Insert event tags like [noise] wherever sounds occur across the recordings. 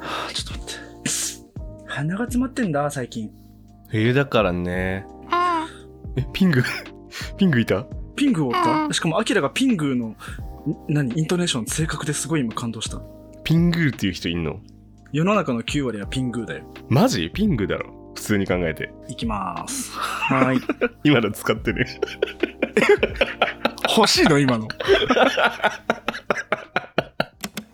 あ、ちょっと待って。鼻が詰まってんだ、最近。冬だからね。あえ、ピング [laughs] ピングいたピングを追っうたんしかも、アキラがピングの、ん何イントネーション正確ですごい今感動した。ピングーっていう人いんの世の中の9割はピングだよ。マジピングだろ。普通に考えて。いきまー [laughs] す。はーい。今の使ってる。欲しいの [laughs] 今の。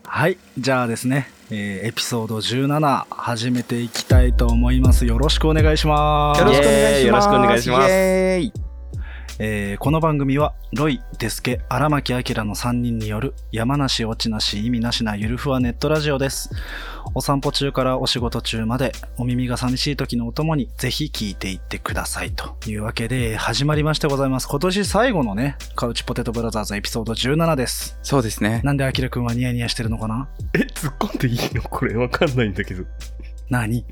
はい。じゃあですね、えーエピソード17始めていきたいと思います。よろしくお願いします。よろしくお願いしますイエーイよろしくお願いしますイエーイえーこの番組はロイ、デスケ、荒牧明の3人による山梨落ちなし意味なしなゆるふわネットラジオです。お散歩中からお仕事中までお耳が寂しい時のお供にぜひ聞いていってくださいというわけで始まりましてございます。今年最後のね、カウチポテトブラザーズエピソード17です。そうですね。なんでアキラくんはニヤニヤしてるのかなえ、突っ込んでいいのこれわかんないんだけど。何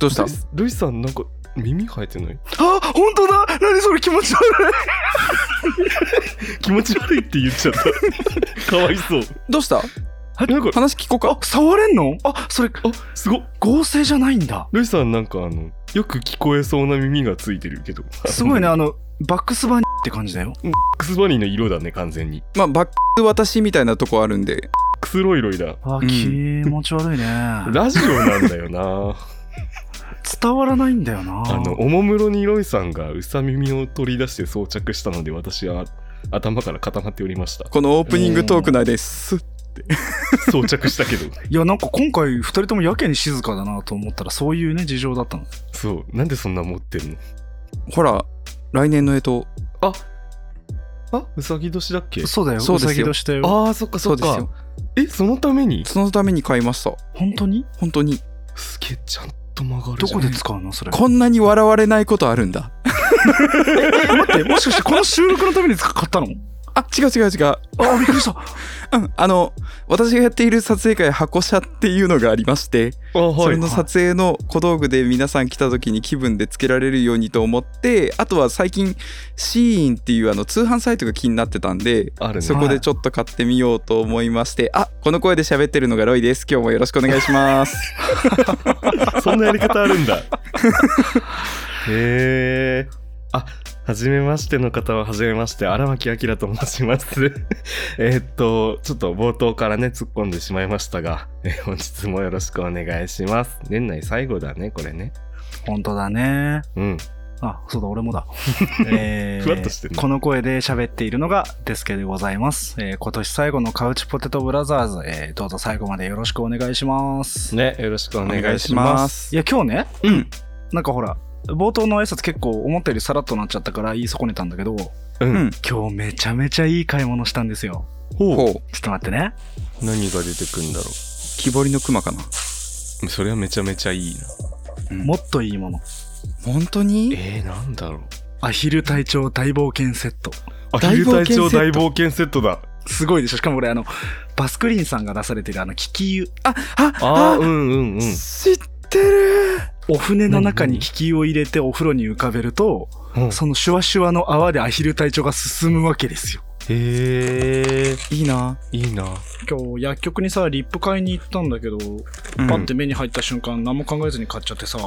どうしたルイスルイスさん、なんか耳生えてないあ本当だ何それ気持ち悪い [laughs] 気持ち悪いって言っちゃった。 [laughs] かわいそう。どうしたなんか、話聞こうかあ。触れんのあそれあ、すごっ合成じゃないんだ。ルイスさん、なんかあの、よく聞こえそうな耳がついてるけど。すごいね、あの。あの、バックスバニって感じだよ。クスバニーの色だね、完全に。まあ、バック私みたいなとこあるんで。クスロイロイだ。あ、うん。気持ち悪いね。ラジオなんだよな。伝わらないんだよな。あの、おもむろにロイさんがうさ耳を取り出して装着したので、私は頭から固まっておりましたこのオープニングトーク内です。装着したけ [laughs] ど。いや、なんか今回二人ともやけに静かだなと思ったら、そういうね、事情だったの。そう、なんでそんな持ってるのほら、来年の干あ、うさぎ年だっけそうだよ、そううですよさぎ年だよ。ああ、そっか支。そそっうですかよ。。え、そのためにそのために買いました。本当に本当に。すげえ、ちゃんと曲がるどじゃんこで使うのそれ。こんなに笑われないことあるんだ。え待って、もしかしてこの収録のために使ったのあ、違う違う違う。あ、びっくりした。うん。あの、私がやっている撮影会箱車っていうのがありまして、あ、そはれい。の撮影の小道具で皆さん来た時に気分でつけられるようにと思って、あとは最近、シーインっていうあの通販サイトが気になってたんで、あるねそ。こでちょっと買ってみようと思いまして、あこの声で喋ってるのがロイです。今日もよろしくお願いします。 [laughs] そんなやり方あるんだ。へえ。あ、はじめましての方ははじめまして、荒牧明と申します。 [laughs] えーっと、ちょっと冒頭からね、突っ込んでしまいましたが、えー本日もよろしくお願いします。年内最後だね、これね。本当だね。うん。あ、そうだ、俺もだ。えーふわっとしてんなこの声で喋っているのがデスケでございます。えー今年最後のカウチポテトブラザーズ、えーどうぞ最後までよろしくお願いします。ね、よろしくおお願いします。すいや、今日ね、うん。なんかほら、冒頭の挨拶結構思ったよりさらっとなっちゃったから言い損ねたんだけど、うんうん今日めちゃめちゃいい買い物したんですよ。ほう。ほう。ちょっと待ってね。何が出てくんだろ木彫りの熊かな。う。それはめちゃめちゃいいな。もっといいもの。本当にえー、なんだろう。アヒル隊長大冒険セット。ア大ヒル冒険隊セッ長ト大冒険セットだ。すごいでしょ。しかも俺、あの、バスクリーンさんが出されてるあの、利き湯。あ、あ、ああ、あう、んうんうん。知ってる。お船の中に利き湯を入れてお風呂に浮かべると、うんそのシュワシュワの泡でアヒル隊長が進むわけですよ。へえ、いいな。いいな。今日薬局にさ、リップ買いに行ったんだけど、うんパッて目に入った瞬間何も考えずに買っちゃってさ、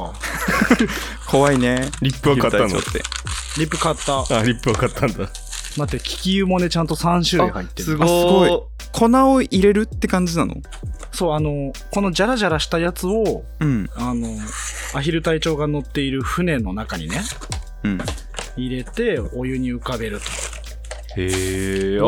怖いね。リップは買った木の彫り隊長って。リップ買った。あ、リップ分かったんだ。待って、利き湯もね、ちゃんと3種類入ってる。ごい粉を入れるって感じなのそう、あの、このジャラジャラしたやつを、うん。あの、アヒル隊長が乗っている船の中にね、うん。入れて、お湯に浮かべると。へえ、あ、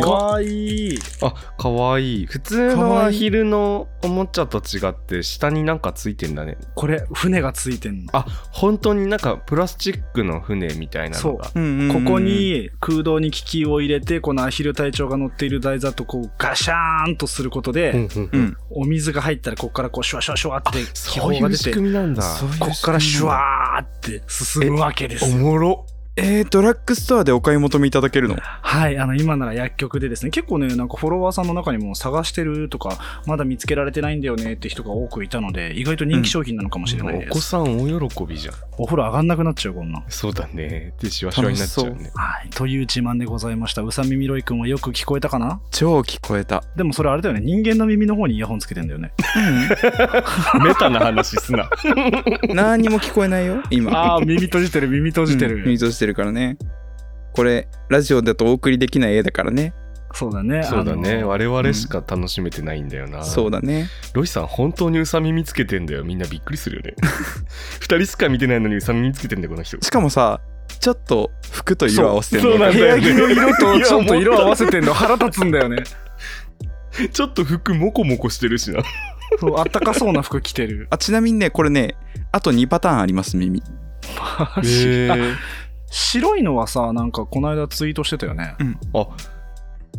かかわいい。あ、かわいい。普通かのわアいいヒルのおもちゃと違って、下になんかついてんだね。これ、船がついてんの。あ、本当になんかプラスチックの船みたいなのが。うんうんうんここ、に空洞に利きを入れて、このアヒル隊長が乗っている台座とこうガシャーンとすることで、うんうんううんん。お水が入ったらここからこうシュワシュワシュワって気そう泡いがう出て、仕組みなんだ。そういうここからシュワーって進むわけですよ。もろ。えー、ドラッグストアでお買い求めいただけるのはい、あの、今なら薬局でですね、結構ね、なんかフォロワーさんの中にも探してるとか、まだ見つけられてないんだよねって人が多くいたので、意外と人気商品なのかもしれないでお子す。さん大喜びじゃん。お風呂上がんなくなっちゃう、こんなん。そうだね。で、シワシワになっちゃうね。はい、という自慢でございました。うさみみろいくんはよく聞こえたかな超聞こえたでもそれあれだよね、人間の耳の方にイヤホンつけてんだよね。メタな話すな。何にも聞こえないよ今ああ、耳閉じてる、耳閉じてる。うん、水をしてるからねこれラジオだとお送りできない絵だからね [laughs] そうだね。そうだね。あの我々しか楽しめてないんだよな。そうだねロイさん、本当にウサ耳つけてんだよ。みんなびっくりするよね。二人しか見てないのにウサ耳つけてんだよ、この人。しかもさちょっと服と色合わせてそうるなのんねだ部屋よね着の色いとやちょっと色合わせてんの [laughs] 腹立つんだよね。ちょっと服モコモコしてるしな。そう、あったかそうな服着てる。あちなみにねこれねあと2パターンあります耳あ白いのはさ、なんかこの間ツイートしてたよね。あ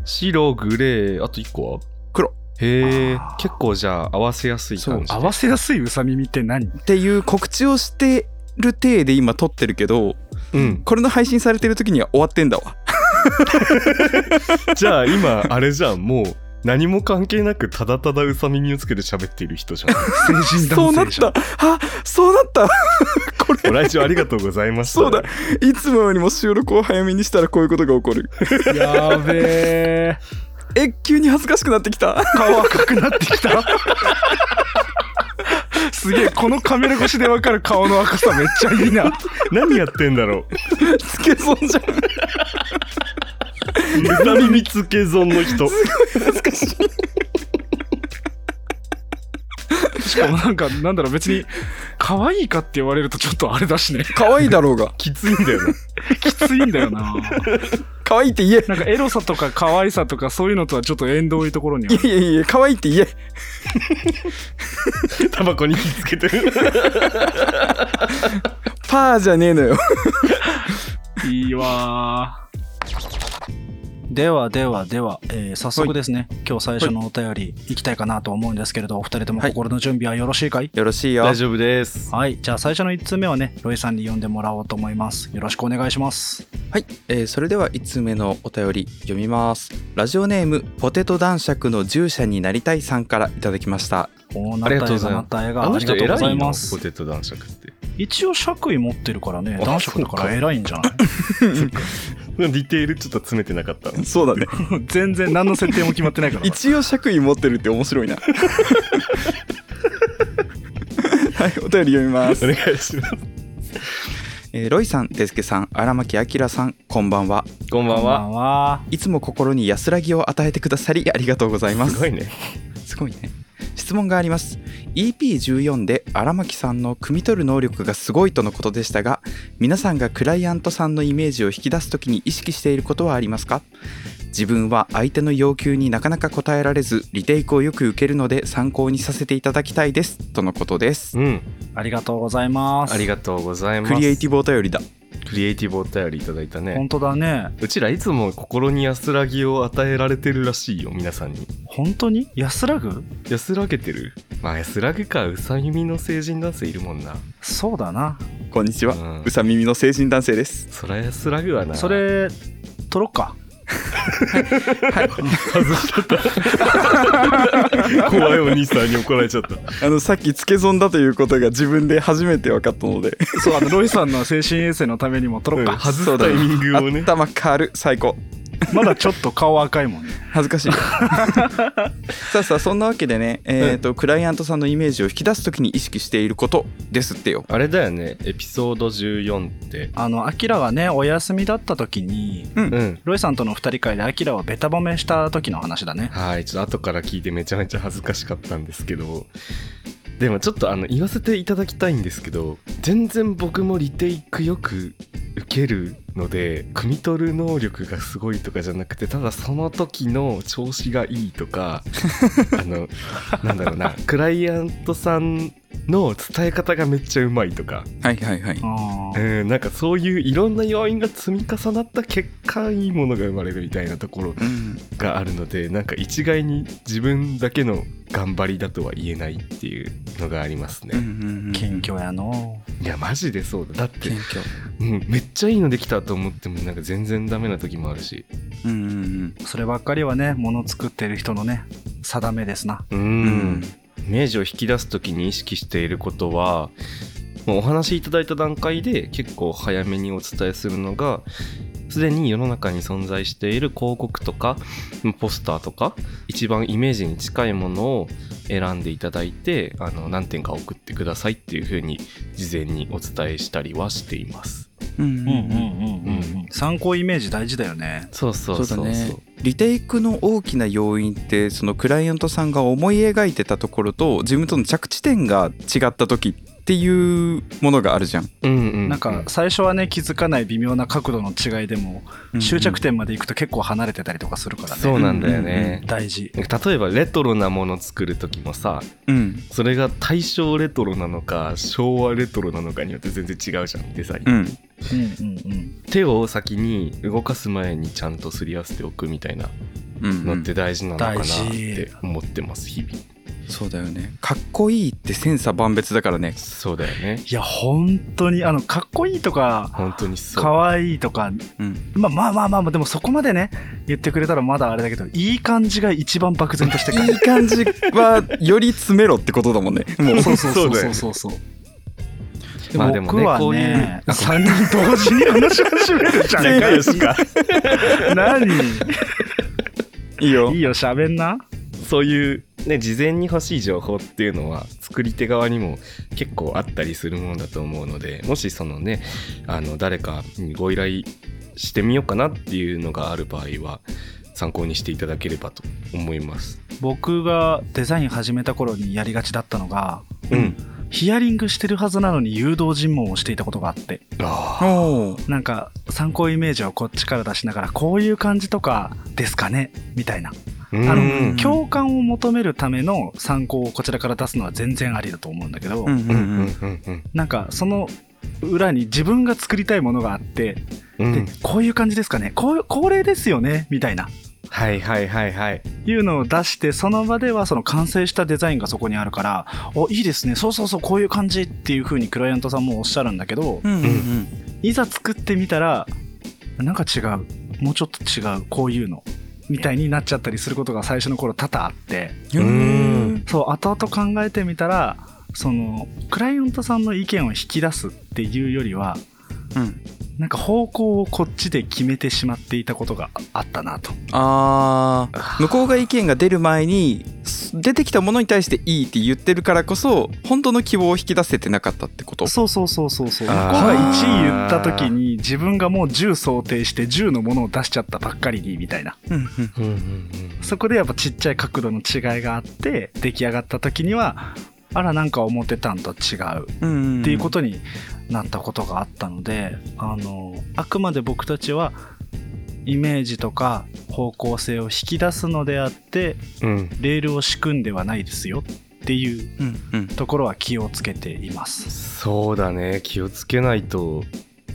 白、グレー、あと一個は黒。へえあー、結構じゃあ合わせやすい感じ。合わせやすいうさ耳って [laughs] 何っていう告知をしてる体で今撮ってるけどうん。これの配信されてる時には終わってんだわじゃあ今、あれじゃん、もう何も関係なくただただウサ耳をつけて喋っている [laughs] 人じゃん。成人そうなっ男性じゃたん。あそうなったこごれ来場ありがとうございました。そうだいつもよりも収録を早めにしたらこういうことが起こるやべえ。え急に恥ずかしくなってきた顔赤くなってき [laughs] た。すげえ、このカメラ越しでわかる顔の赤さめっちゃいいな。何やってん [laughs] だろう。つけそうじゃんウサ耳つけ損の [laughs] 人。しかもなんか、なんだろう、別に、可愛いかって言われるとちょっとあれだ [laughs] しね。可愛いだろうがきついんだよな。きついんだよな。可愛いって言えなんかエロさとか可愛さとかそういうのとはちょっと縁遠いところにあいる [laughs] や。いやいや可愛いって言えタバコに火つけ [laughs] てる。パーじゃねえのよいいわではではでは、えー早速ですね、今日最初のお便り行きたいかなと思うんですけれど、お二人ともはい心の準備はよろしいかいよろしいよ大丈夫です。はい、じゃあ最初の1通目はね、ロイさんに読んでもらおうと思います。よろしくお願いします。はい、えーそれでは5つ目のお便り読みますラジオネームポテト男爵の従者になりたいさんからいただきましたおーなありっがとたう映ござ画、いなまっすた映画、ありがとうございまポす。テト男爵って。一応、爵位持ってるからね、あ男爵だかそうらか偉いんじゃないディテールちょっと詰めてなかった。そうだ [laughs] ね全然何の設定も決まってない [laughs] か一応爵位持ってるって面白いな [laughs] はいお便り読みますお願いします。えーロイさん、デスケさん、荒牧明さん、こんばんは。こんばんまあは。まあいつも心に安らぎを与えてくださりありがとうございます。すごいね。すごいね。質問があります。EP14 で荒牧さんの汲み取る能力がすごいとのことでしたが、皆さんがクライアントさんのイメージを引き出すときに意識していることはありますか自分は相手の要求になかなか応えられず、リテイクをよく受けるので参考にさせていただきたいです。とのことです。うん。ありがとうございます。ありがとうございます。クリエイティブお便りだ。ブ。クリエイティブお便りいただいたね本。当だね。うちらいつも心に安らぎを与えられてるらしいよ、皆さんに。本当に安らぐ安らげてるまあ安らぐか、うさ耳の成人男性いるもんな。そうだな。こんにちは。うんうさ耳の成人男性です。そりゃ安らぐわな。そ、れ、取ろっか。外しちゃった。 [laughs] 怖いお兄さんに怒られ [laughs] ちゃった。あの、さっきつけ損だということが自分で初めて分かったので。そう、あの、ロイさんの精神衛生のためにも撮ろううんか。外すタイミングをね。 [laughs] 頭軽い最高 [laughs] まだちょっと顔赤いもんね。恥ずかし [laughs] いさあさあそんなわけでねえっ、と、クライアントさんのイメージを引き出すときに意識していることですってよあれだよね、エピソード14って。あの、アキラがね、お休みだった時に、うん。ロイさんとの二人会でアキラをベタ褒めした時の話だね。はい、ちょっと後から聞いてめちゃめちゃ恥ずかしかったんですけど、でもちょっとあの言わせていただきたいんですけど、全然僕もリテイクよく受けるので、汲み取る能力がすごいとかじゃなくて、ただその時の調子がいいとか、あの、なんだろうな、クライアントさんの伝え方がめっちゃうまいとか、はいはいはいあーうん、なんかそういういろんな要因が積み重なった結果いいものが生まれるみたいなところうんがあるのでなんか一概に自分だけの頑張りだとは言えないっていうのがありますうんうね、んうん謙虚やのいやマジでそうだだって謙虚うん、めっちゃいいのできたっと思ってもなんか全然ダメな時もあるしうんうんそればっかりはねもの作ってる人のね定めですなうんうんうんイメージを引き出す時に意識していることはもうお話しいただいた段階で結構早めにお伝えするのがすでに世の中に存在している広告とかポスターとか一番イメージに近いものを選んでいただいてあの何点か送ってくださいっていう風に事前にお伝えしたりはしています。うんうんうんうん参考イメージ大事だよねそうそそううだそうねそう。リテイクの大きな要因ってそのクライアントさんが思い描いてたところと自分との着地点が違った時っていうものがあるじゃん、うんうんうんなんか最初はね気づかない微妙な角度の違いでも終着点まで行くと結構離れてたりとかするからねそうなんだよね。大事例えばレトロなもの作る時もさうんそれが大正レトロなのか昭和レトロなのかによって全然違うじゃんデザイン、うんうんうんうん手を先に動かす前にちゃんとすり合わせておくみたいなうんうんのって大事なのかなっ大事て思ってます日々そうだよねかっこいいって千差万別だからねそうだよねいや本当にあのかっこいいとか本当にそうかわいいとかうんまあまあまあまあでもそこまでね言ってくれたらまだあれだけどいい感じが一番漠然としてくいいる感じはより詰めろってことだもんねもうそうそうそう [laughs] そうだよそうねそうそうまあでもね僕はこういうね3人同時に話し始める [laughs] じゃんでかいよしか [laughs] 何 [laughs] いいよいいよ喋んなそういうね事前に欲しい情報っていうのは作り手側にも結構あったりするものだと思うのでもしそのねあの誰かにご依頼してみようかなっていうのがある場合は参考にしていただければと思います。僕がデザイン始めた頃にやりがちだったのがうん、ヒアリングしてるはずなのに誘導尋問をしていたことがあってああおーなんか参考イメージをこっちから出しながらこういう感じとかですかねみたいなうあんの共感を求めるための参考をこちらから出すのは全然ありだと思うんだけど、うんうんううんんうんうんなんかその裏に自分が作りたいものがあって、うんうんでこういう感じですかねこうこれですよねみたいなはいはいはいはいいうのを出してその場ではその完成したデザインがそこにあるからおいいですねそうそうそうこういう感じっていう風にクライアントさんもおっしゃるんだけ [laughs] どうんうんうんいざ作ってみたらなんか違うもうちょっと違うこういうのみたいになっちゃったりすることが最初の頃多々あってううんんそう後々考えてみたらそのクライアントさんの意見を引き出すっていうよりはうんなんか方向をこっちで決めてしまっていたことがあったなとあー向こうが意見が出る前にす出てきたものに対していいって言ってるからこそ本当の希望を引き出せてなかったってことそうそうそうそうそう向こうあーが1位言った時に自分がもう10想定して10のものを出しちゃったばっかりにみたいなうんうんうんうんうんそこでやっぱちっちゃい角度の違いがあって出来上がった時にはあらなんか思ってたんと違ううんっていうことになったことがあったので、あのあくまで僕たちはイメージとか方向性を引き出すのであってうんレールを仕組んではないですよっていううんうんところは気をつけています。そうだね気をつけないと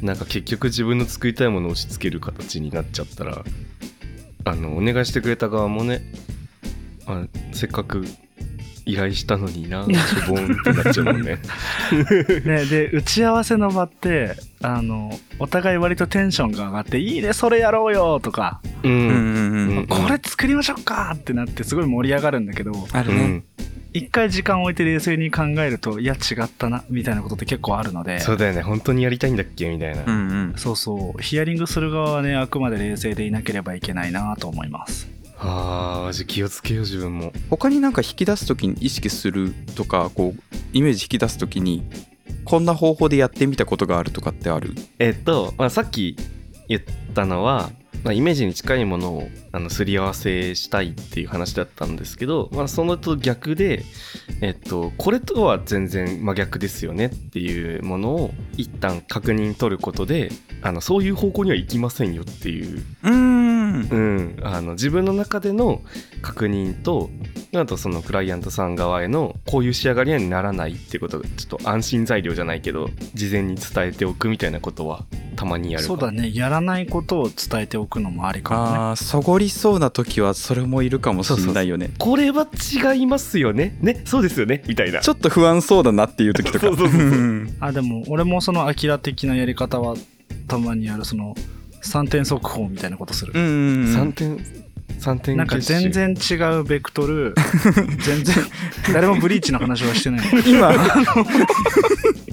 なんか結局自分の作りたいものを押し付ける形になっちゃったらあのお願いしてくれた側もねあせっかく依頼したのになしょぼんってなっちゃうも [laughs] んね。ね、で打ち合わせの場ってあのお互い割とテンションが上がって「いいねそれやろうよ」とかううんんうんううん「んこれ作りましょうか!」ってなってすごい盛り上がるんだけどあうるねん、一回時間置いて冷静に考えると「いや違ったな」みたいなことって結構あるのでそうだよね本当にやりたいんだっけみたいな、うんうんそうそうヒアリングする側はねあくまで冷静でいなければいけないなと思いますあーじゃあ気をつけよう自分も他になんか引き出す時に意識するとかこうイメージ引き出す時にこんな方法でやってみたことがあるとかってあるえっと、まあ、さっき言ったのは、まあ、イメージに近いものをあのすり合わせしたいっていう話だったんですけど、まあ、そのと逆で、えっと、これとは全然真逆ですよねっていうものを一旦確認取ることであのそういう方向には行きませんよっていう、うんうん、あの自分の中での確認とあとそのクライアントさん側へのこういう仕上がりにはならないってことちょっと安心材料じゃないけど事前に伝えておくみたいなことはたまにやるかそもうだねやらないことを伝えておくのもありかもねあーそごりそうな時はそれもいるかもしれないよねこれは違いますよねねそうですよねみたいなちょっと不安そうだなっていう時とかそうそうそうそううんあでも俺もそのアキラ的なやり方はたまにやるその3点速報みたいなことする、うんうんう3ん点3点なんか結集全然違うベクト [laughs] ル全然誰もブリーチの話はしてない [laughs] 今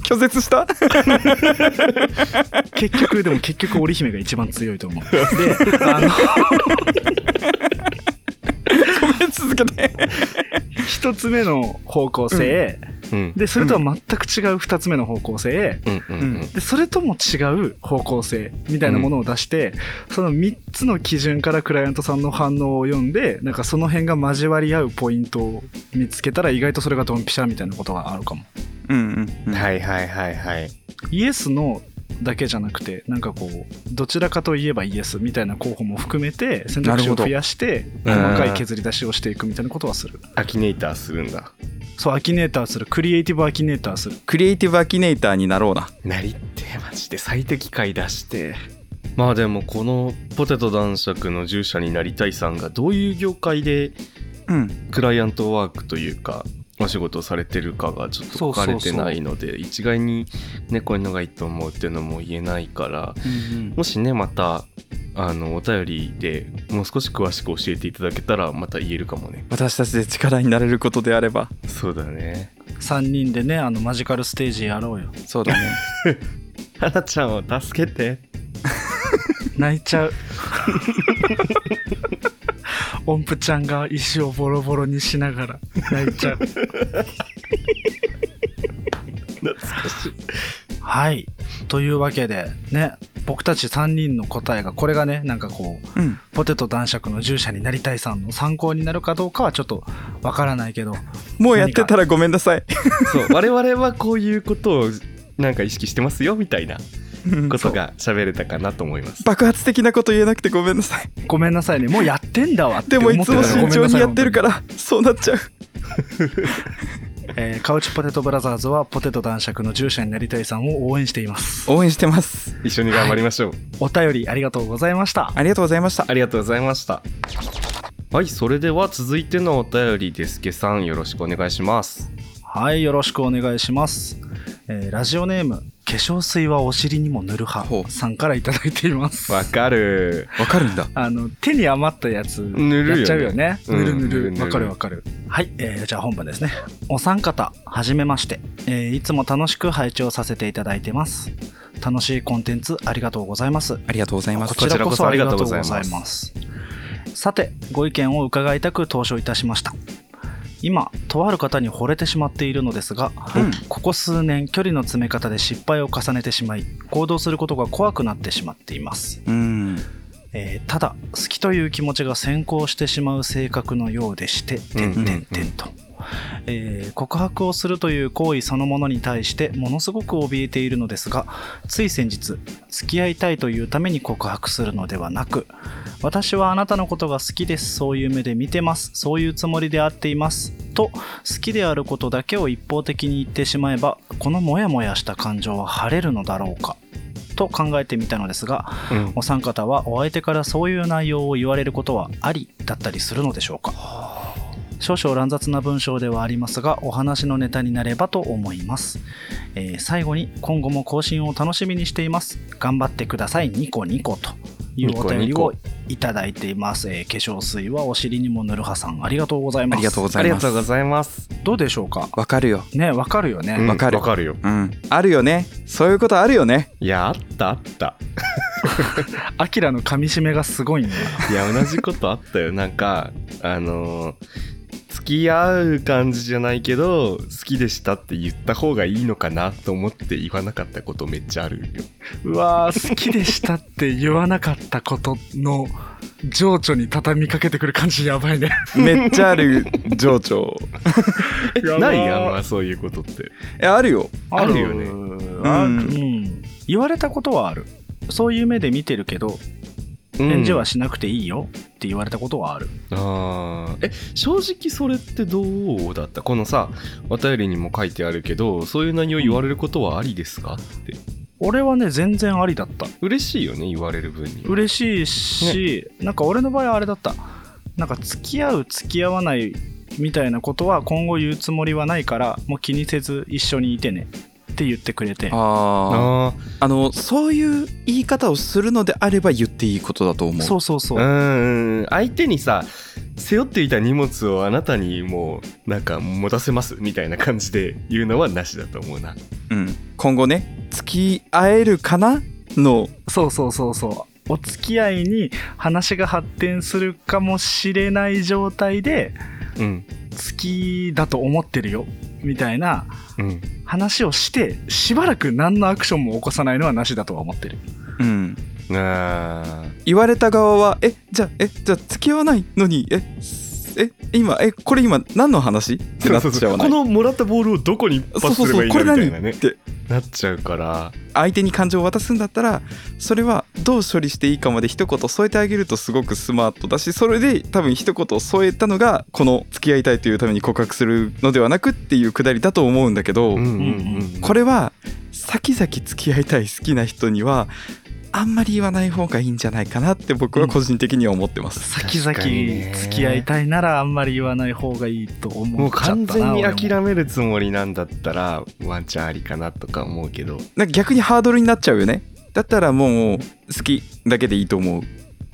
拒絶した結局でも結局織姫が一番強いと思うであの続けて一つ目の方向性、うんでそれとは全く違う二つ目の方向性、うんうんうんでそれとも違う方向性みたいなものを出して、その3つの基準からクライアントさんの反応を読んでなんかその辺が交わり合うポイントを見つけたら意外とそれがドンピシャみたいなことがあるかもうんうんいはいはいはいはいイエスのだけじゃなくてなんかこうどちらかといえばイエスみたいな候補も含めて選択肢を増やしてなるほど細かい削り出しをしていくみたいなことはするアキネイターするんだそうアキネーターするクリエイティブアキネーターするクリエイティブアキネイターになろうななりってえマジで最適解出してまあでもこのポテト男爵の従者になりたいさんがどういう業界でうんクライアントワークというかお仕事をされてるかがちょっと書かれてないので一概にねこういうのがいいと思うっていうのも言えないからもしねまたあのお便りでもう少し詳しく教えていただけたらまた言えるかもね私たちで力になれることであればそうだね3人でねあのマジカルステージやろうよそうだねはなちゃんを助けて泣いちゃう音符ちゃんが石をボロボロにしながら泣いちゃう懐かしいはいというわけでね僕たち3人の答えがこれがねなんかこううんポテト男爵の従者になりたいさんの参考になるかどうかはちょっとわからないけどもうやってたらごめんなさいそう我々はこういうことをなんか意識してますよみたいな [laughs] こそとうが喋れたかなと思います。 [laughs] 爆発的なこと言えなくてごめんなさいごめんなさいねもうやってんだわってで思もっいてつたらごめも慎ん重なにさいやってるからそうなっちゃう本当にえーカウチポテトブラザーズはポテト男爵の従者になりたいさんを応援しています応援してます一緒に頑張りましょう。お便りありがとうございましたありがとうございましたありがとうございました。はい、それでは続いてのお便りですけさんよろしくお願いします。はい、よろしくお願いします。えーラジオネーム、化粧水はお尻にも塗るほ派うさんからいただいています。わかる。わかるんだあの手に余ったやつ塗るよねやっちゃうよね。うん塗る塗塗るる塗。るわかるわかる。はい、えーじゃあ本文ですね。お三方、はじめまして、えーいつも楽しく拝聴させていただいてます。楽しいコンテンツありがとうございます。ありがとうございますこちらこそありがとうございこちらこそありがとうございま。ますさて、ご意見を伺いたく投書いたしました。今、とある方に惚れてしまっているのですが、うんここ数年、距離の詰め方で失敗を重ねてしまい、行動することが怖くなってしまっています。うんえーただ、好きという気持ちが先行してしまう性格のようでして、うんうんうん点々々と。えー告白をするという行為そのものに対してものすごく怯えているのですがつい先日付き合いたいというために告白するのではなく私はあなたのことが好きですそういう目で見てますそういうつもりで会っていますと好きであることだけを一方的に言ってしまえばこのモヤモヤした感情は晴れるのだろうかと考えてみたのですがうんお三方はお相手からそういう内容を言われることはありだったりするのでしょうか少々乱雑な文章ではありますがお話のネタになればと思います、えー最後に今後も更新を楽しみにしています頑張ってくださいニコニコというお便りニをコニコいただいています、えー化粧水はお尻にも塗るはさんありがとうございますありがとうござあいりがますとうございます。どうでしょうかわかるよねわかるよね、うんわかるわかるよ。うんあるよねそういうことあるよねいや、あったあった。アキラの噛み締めがすごいねいや、同じことあったよ。なんか、あのー付き合う感じじゃないけど好きでしたって言った方がいいのかなと思って言わなかったことめっちゃあるよ。うわー好きでしたって言わなかったことの情緒に畳みかけてくる感じやばいねめっちゃある情緒 [laughs] えやばーないやん、まあ、そういうことって。えあるよ [laughs] あるよねあるうんうん言われたことはあるそういう目で見てるけどうん返事はしなくていいよって言われたことはある、あーえ正直それってどうだったこのさお便りにも書いてあるけどそういう内容言われることはありですかって俺はね全然ありだった嬉しいよね言われる分には嬉しいし、なんか俺の場合はあれだったなんか付き合う付き合わないみたいなことは今後言うつもりはないからもう気にせず一緒にいてねっって言ってくれてああああのそういう言い方をするのであれば言っていいことだと思うそうそうそうあ、うんうん、相手にさ、背負っていた荷物をあなたにもう、なんか持たせますみたいな感じで言うのはなしだと思うな。うん、今後ね付き合えるかなのそうそうそうそうお付き合いに話が発展するかもしれない状態でうん。好きだと思ってるよみたいなうん。話をしてしばらく何のアクションも起こさないのはなしだとは思ってるうん、あ言われた側は「えじゃあえじゃあ付き合わないのにえすえ今えこれ今何の話?」ってなっちゃわないこのもらったボールをどこに一そう発そうすれそばういいこれんだみたい何なねってなっちゃうから相手に感情を渡すんだったらそれはどう処理していいかまで一言添えてあげるとすごくスマートだしそれで多分一言添えたのがこの「付き合いたい」というために告白するのではなくっていうくだりだと思うんだけど、これれは先々付き合いたい好きな人にはあんまり言わない方がいいんじゃないかなって僕は個人的には思ってます、先確かに々ね付き合いたいならあんまり言わない方がいいとも思っうちゃったな完全に俺も諦めるつもりなんだったらワンチャンありかなとか思うけどなんか逆にハードルになっちゃうよねだったらもう好きだけでいいと思う、う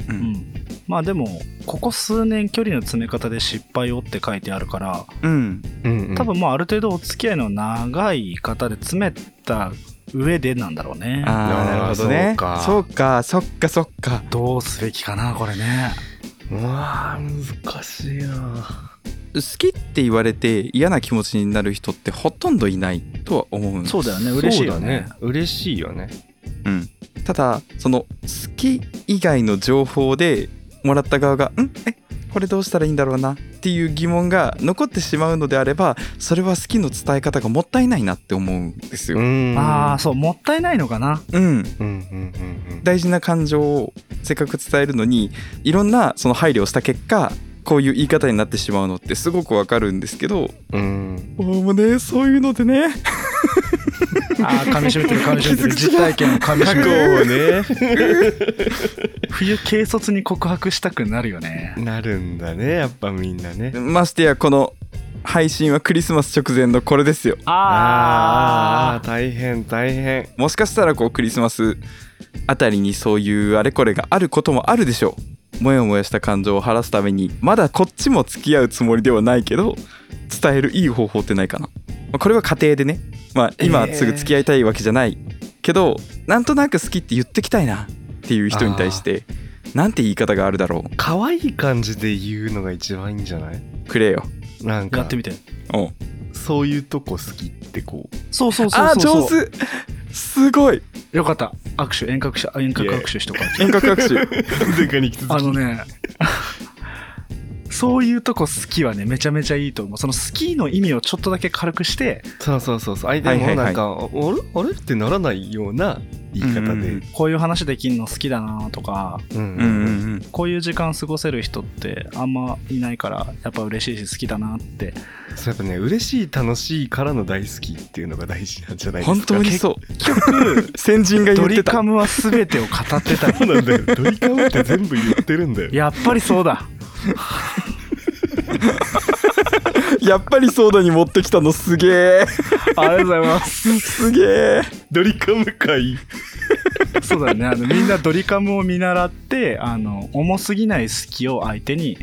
うんんまあでもここ数年距離の詰め方で失敗をって書いてあるからうん多分もうある程度お付き合いの長い方で詰めた上でなんだろうねあああーなるほどねそうかそうかそっかそっかどうすべきかなこれねうわー難しいな好きって言われて嫌な気持ちになる人ってほとんどいないとは思うんですそうだよね嬉しいよねそうだ嬉しいよねうん、ただその好き以外の情報でもらった側が「んえこれどうしたらいいんだろうな」っていう疑問が残ってしまうのであればそれは好きの伝え方がもったいないなって思うんですよ。んああそうもったいないのかなうん、うんうんうんうん大事な感情をせっかく伝えるのにいろんなその配慮をした結果こういう言い方になってしまうのってすごくわかるんですけどうんもうねそういうので [laughs] ねああ、噛み締 [laughs] めてる、噛み締めてる。実体験を噛み過締去めてる。をね冬軽率に告白したくなるよね。なるんだねやっぱみんなねましてやこの配信はクリスマス直前のこれですよ。あーあー大変大変もしかしたらこうクリスマスあたりにそういうあれこれがあることもあるでしょうもやもやした感情を晴らすためにまだこっちも付き合うつもりではないけど伝えるいい方法ってないかなまあこれは家庭でねまあ今えーすぐ付き合いたいわけじゃないけど、なんとなく好きって言ってきたいなっていう人に対してなんて言い方があるだろ可愛い感じで言うのが一番いいんじゃないうくれよなんやかってみて。おうそういうとこ好きってこう [laughs] そうそうそうあそうそう。ー上手すごい手よかった。握手、遠隔し、遠隔握手しとか。遠隔握手前回に引き続きあのね、 [laughs] そういうとこ好きはね、めちゃめちゃいいと思う。その好きの意味をちょっとだけ軽くして、そうそうそうそう相手はもいはいはないんか、あれあれってならないような言い方うんうんでこういう話できんの好きだなとか、うんうんうんうんこういう時間過ごせる人ってあんまいないから、やっぱ嬉しいし好きだなって。そうやっぱね嬉しい楽しいからの大好きっていうのが大事なんじゃないですか本当に結そう結局、先人が言ドってリたカムは全てを語ってたり。 [laughs] 構そうなんだよドリカムって全部言ってるんだよやっぱりそうだ。やっぱりソーダに持ってきたのすげえありがとうございます。 [laughs] すげえドリカム会そうだね。あのみんなドリカムを見習って、あの重すぎない好きを相手に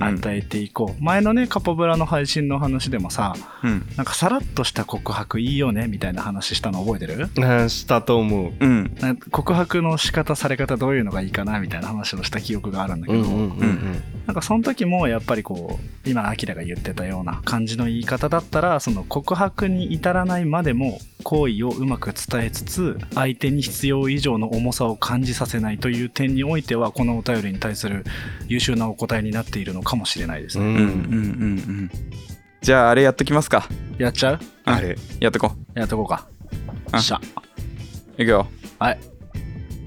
与えていこう。前のねカポブラの配信の話でもさ、うんなんかさらっとした告白いいよねみたいな話したの覚えてる？あしたと思ううんなんか告白の仕方され方どういうのがいいかなみたいな話をした記憶があるんだけど、うんなんかその時もやっぱりこう今アキラが言ってたような感じの言い方だったらその告白に至らないまでも好意をうまく伝えつつ相手に必要以上の重さを感じさせないという点においてはこのお便りに対する優秀なお答えになっているのかもしれないですうね。うんんうんうんじゃああれやっときますかやっちゃうあれやっとこやっとこうか。あよっしゃ。ういくよはい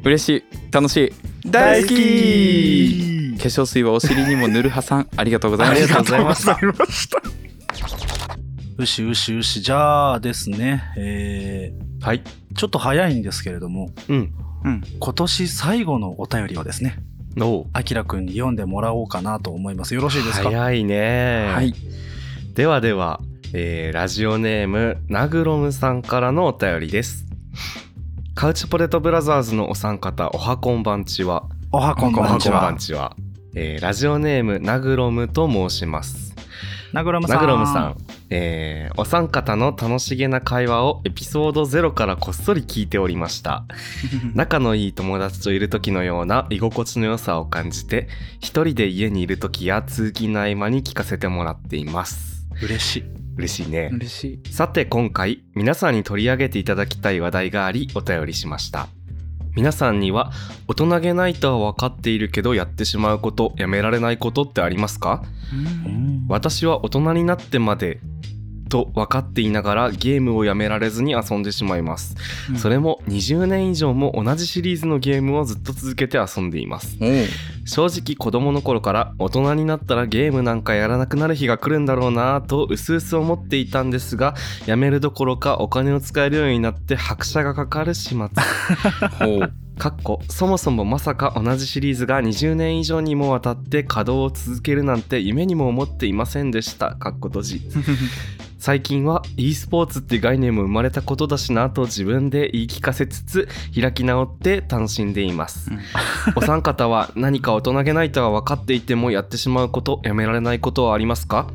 嬉しい楽しい大好き化粧水はお尻にも塗るは [laughs] さんありがとうございまありすがとうございましたありがとうございました。うしうしうし。じゃあですね、えはいー、ちょっと早いんですけれども、うんうん今年最後のお便りをですね、のあきらくんに読んでもらおうかなと思います。よろしいですか早いねはいではではえーラジオネームナグロムさんからのお便りですカウチポテトブラザーズのお三方おはこんばんちはおはこんおばんはちこんばはん。ちは、えーラジオネームナグロムと申しますナグロムさん。ナグロムさん、えーお三方の楽しげな会話をエピソード0からこっそり聞いておりました仲のいい友達といる時のような居心地の良さを感じて一人で家にいる時や通勤の合間に聞かせてもらっています [laughs] 嬉しい。嬉しいね、嬉しい。さて今回皆さんに取り上げていただきたい話題がありお便りしました皆さんには大人げないとは分かっているけどやってしまうことやめられないことってありますか私は大人になってまでと分かっていながらゲームをやめられずに遊んでしまいますそれも20年以上も同じシリーズのゲームをずっと続けて遊んでいますおう。正直子供の頃から大人になったらゲームなんかやらなくなる日が来るんだろうなぁと薄々思っていたんですがやめるどころかお金を使えるようになって拍車がかかる始末ほう。かっこそもそもまさか同じシリーズが20年以上にもわたって稼働を続けるなんて夢にも思っていませんでしたかっこ閉じ最近は e スポーツって概念も生まれたことだしなと自分で言い聞かせつつ開き直って楽しんでいます、うん [laughs] お三方は何か大人げないとは分かっていてもやってしまうことやめられないことはありますか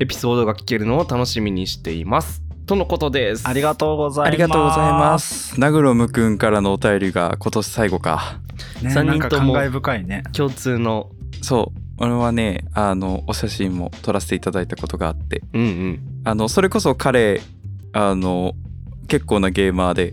エピソードが聞けるのを楽しみにしていますとのことですありがとうございます。ありがとうございま。す。ナグロムくんからのお便りが今年最後か。ね、三なん人かとも感慨深いね。共通のそう。俺はね、あの、お写真も撮らせていただいたことがあって。うんうんあの、それこそ彼、あの、結構なゲーマーで、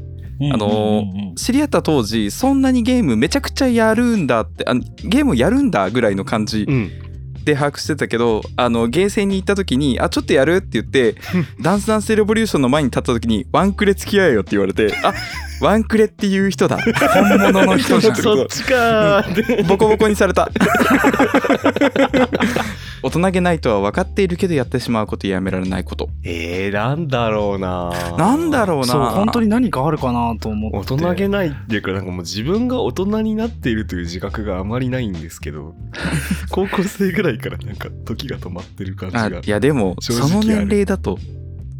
あのーうんうんうんうん知り合った当時、そんなにゲームめちゃくちゃやるんだって、あのゲームやるんだぐらいの感じうん [laughs] で把握してたけど、あの、ゲーセンに行った時に、あ、ちょっとやるって言って、ダンスダンスレボリューションの前に立った時に、ワンクレ付き合えよって言われて、あ、ワンクレっていう人だ。本物の人じゃん。 [laughs] そっちかーボコボコにされた [laughs] 大人げないとは分かっているけどやってしまうことやめられないこと [laughs] えー、なんだろうななんだろうなそう、本当に何かあるかなと思って。大人げないっていうかなんかもう自分が大人になっているという自覚があまりないんですけど高校生ぐらいからなんか時が止まってる感じあがいやでも正直あそるの年齢だと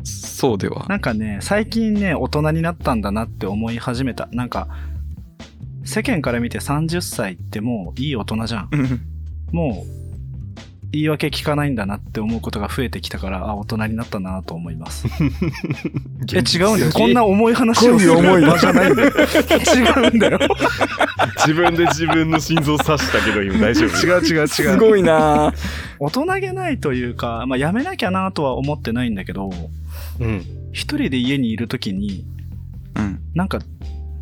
そうではなんかね、最近ね、大人になったんだなって思い始めた。なんか、世間から見て30歳ってもういい大人じゃん。もう、言い訳聞かないんだなって思うことが増えてきたから、あ、大人になったなと思い [laughs] ます。え、違うんだよ。こんな重い話をするこういう重い場じゃないんだよ。 [laughs] 違うんだよ。自分で自分の心臓刺したけど今大丈夫う違う違う。すごいな大人げないというか、まあ、やめなきゃなとは思ってないんだけど、うん一人で家にいるときに、うんなんか、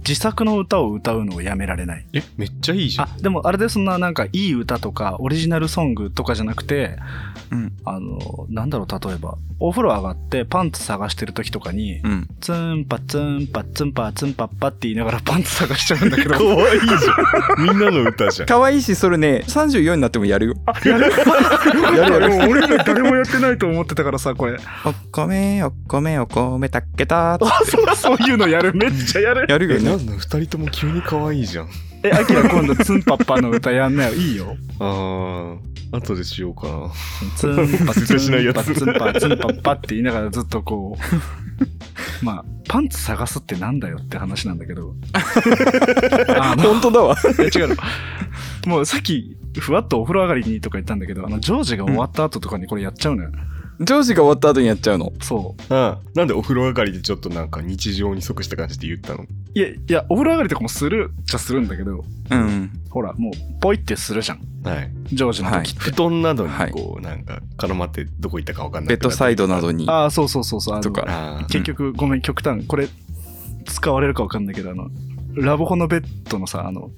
自作の歌を歌うのをやめられない。えめっちゃいいじゃんあ、でもあれでそんななんかいい歌とか、オリジナルソングとかじゃなくて、うんあの、なんだろう、例えば、お風呂上がってパンツ探してるときとかに、うんツンパツンパツンパツンパッパって言いながらパンツ探しちゃうんだけど。可愛いじゃんみんなの歌じゃん可愛いしそれね34になってもやるよ [laughs] やるやる。俺ら誰もやってないと思ってたからさ、こ [laughs] れ。お米お米お米たけたあ、そう、そういうのやる。めっちゃやる。やるよねんだ二人とも急に可愛いじゃんえ、アキラ今度ツンパッパの歌やんなよ。いいよ。あー後でしようかなツンパツ絶対しないンやパつツンパツンパッパって言いながらずっとこ [laughs] う。まあ、パンツ探すってなんだよって話なんだけど。あの本当だわえ違うの。もうさっき、ふわっとお風呂上がりにとか言ったんだけど、あの、ジョージが終わった後とかにこれやっちゃうのよ。上司が終わった後にやっちゃうのそう。うんなんでお風呂上がりでちょっとなんか日常に即した感じで言ったのいや、いや、お風呂上がりとかもするっちゃするんだけど、うんほら、もう、ポイってするじゃん。はいジョージの時って。布団などにはいこうなんか絡まってどこ行ったかわかんなベいッドサイドなどにああ、そうそうそうそう。あのとかあ結局、ごめん、極端。これ、使われるかわかんないけど、あの、ラブホのベッドのさ、あの、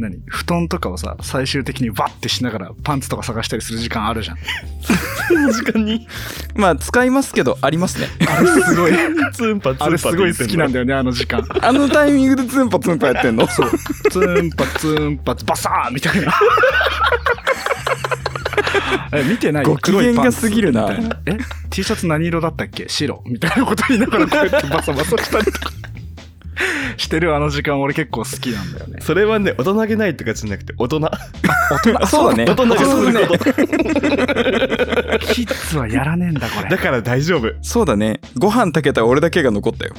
何布団とかをさ、最終的にバッてしながらパンツとか探したりする時間あるじゃん。の時間にまあ使いますけどありますねあれすごい、ツンパツンパあれすごい好きなんだよね、あの時間。あのタイミングでツンパツンパやってんのそうツンパツンパツバサーみたいな。 [laughs] え見てないご機嫌が過ぎるな黒いパンツみたいなえ T [laughs] シャツ何色だったっけ白みたいなこと言いながらこうやってバサバサしたりとかしてるあの時間俺結構好きなんだよ [laughs] ね。それはね、大人げないって感じじゃなくて、大人。あ [laughs] そうだね大人がすること。キッズはやらねえんだこれ。だから大丈夫。そうだねご飯炊けた俺だけが残ったよ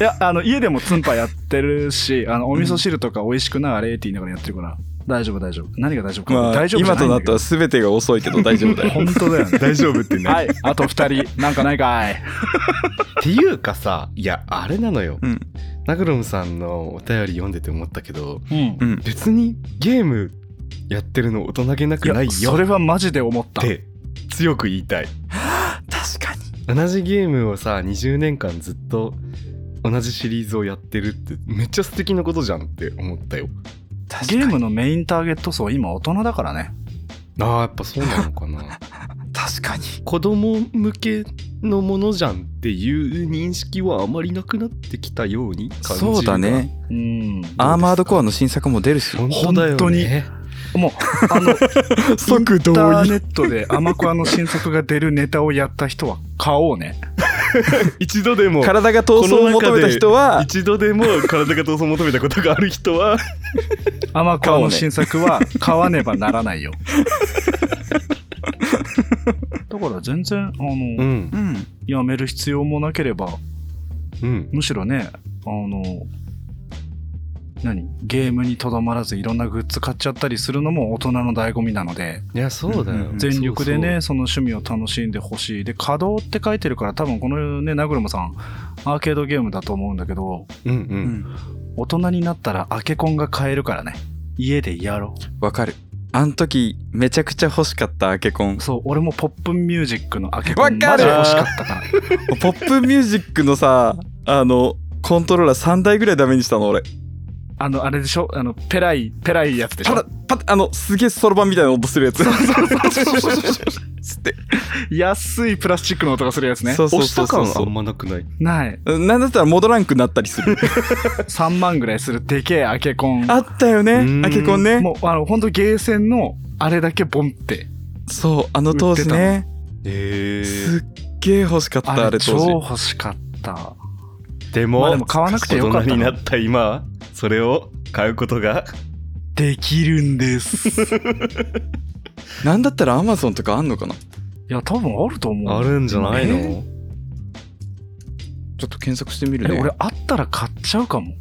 いや、あの、家でもツンパやってるし、あの、お味噌汁とか美味しくないあれって言いながらやってるから、大丈夫大丈夫。何が大丈夫か、まあ大丈夫じゃな今いとんなだっけてどは全てが遅いけど大丈夫だよ本当だよね。大丈夫って [laughs] ね。はい、あと二人、なんかないかい。っていうかさ、いや、あれなのよ。うんナグロムさんのお便り読んでて思ったけど、うんう。ん別にゲームやってるの大人げなくないいや、よそっれはマジで思った。て強く言いたい。確かに同じゲームをさ、20年間ずっと同じシリーズをやってるってめっちゃ素敵なことじゃんって思ったよ。確かゲにームのメインターゲット層、今大人だからね。あーやっぱそうなのかな。確かに子供向けのものじゃんっていう認識はあまりなくなってきたように感じるがそうだねうん。アーマードコアの新作も出るし本当だよ、ね、本当にもう、あの、即同インターネ意ットでアマコアの新作が出るネタをやった人は買おうね。一度でも体が闘争を求めた人は一度でも体が闘争を求めたことがある人はアマコアの新作は買わねばならないよ。だから全然、あの、んうんやめる必要もなければ、うんむしろね、あの、何ゲームにとどまらずいろんなグッズ買っちゃったりするのも大人の醍醐味なので、いやそうだよ、うん全力でね、その趣味を楽しんでほしい。で、稼働って書いてるから、多分このね、ナグルムさん、アーケードゲームだと思うんだけど、そうそううんううんん大人になったらアケコンが買えるからね。家でやろわかるあん時めちゃくちゃ欲しかったアケコンう。そう、俺もポップンミュージックのアケコンわかマるジ欲しかったから。ポップミュージックのさ [laughs] あのコントローラー3台ぐらいダメにしたの俺あの、あれでしょあの、ペライ、ペライやつでしパラょパラあのすげえそろばんみたいな音するやつつって安いプラスチックの音がするやつね。そうそう押しそたうそう感あんまなくないない。 [laughs] なんだったら戻らんくなったりする3万ぐらいするでけえアケコン。あったようねんアケコンねもう、あの、ほんとゲーセンの、あれだけボンって。そうあの当時ねへすっげえ欲しかったああれれ、当超時欲しかった。でも,、まあでも買わなくてよかった大人なになった今それを買うことができるんです。いなんだったらアマゾンとかあんのかなちや、多分あると思う。あるんじゃないの、えーょっと検索してみるえね俺、あったら買っちゃうかも。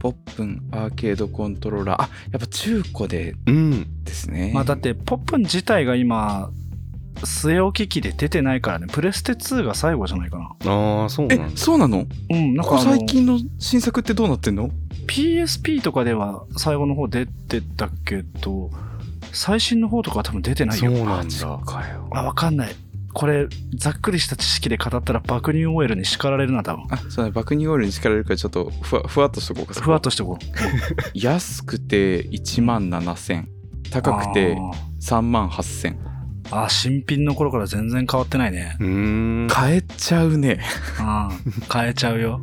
ポップンアーケードコントローラーあやっぱ中古でうんですねまあ、だって、ポップン自体が今、据え置き機で出てないからね、プレステ2が最後じゃないかな。ああそうえなんだそうなのうん、なんここかあの最近の新作ってどうなってんの PSP とかでは最後の方出てたけど、最新の方とかは多分出てないそうよ。なんだかよあ、わかんない。これ、ざっくりした知識で語ったら爆乳オイルに叱られるな、多分。あそうだね爆乳オイルに敷かれるからちょっとふわふわっとしとこうかそこふわっとしてこう。安くて1万7000高くて3万8000あー。あー、新品の頃から全然変わってないね。うーん買えちゃうねあー [laughs] 変えちゃうよ。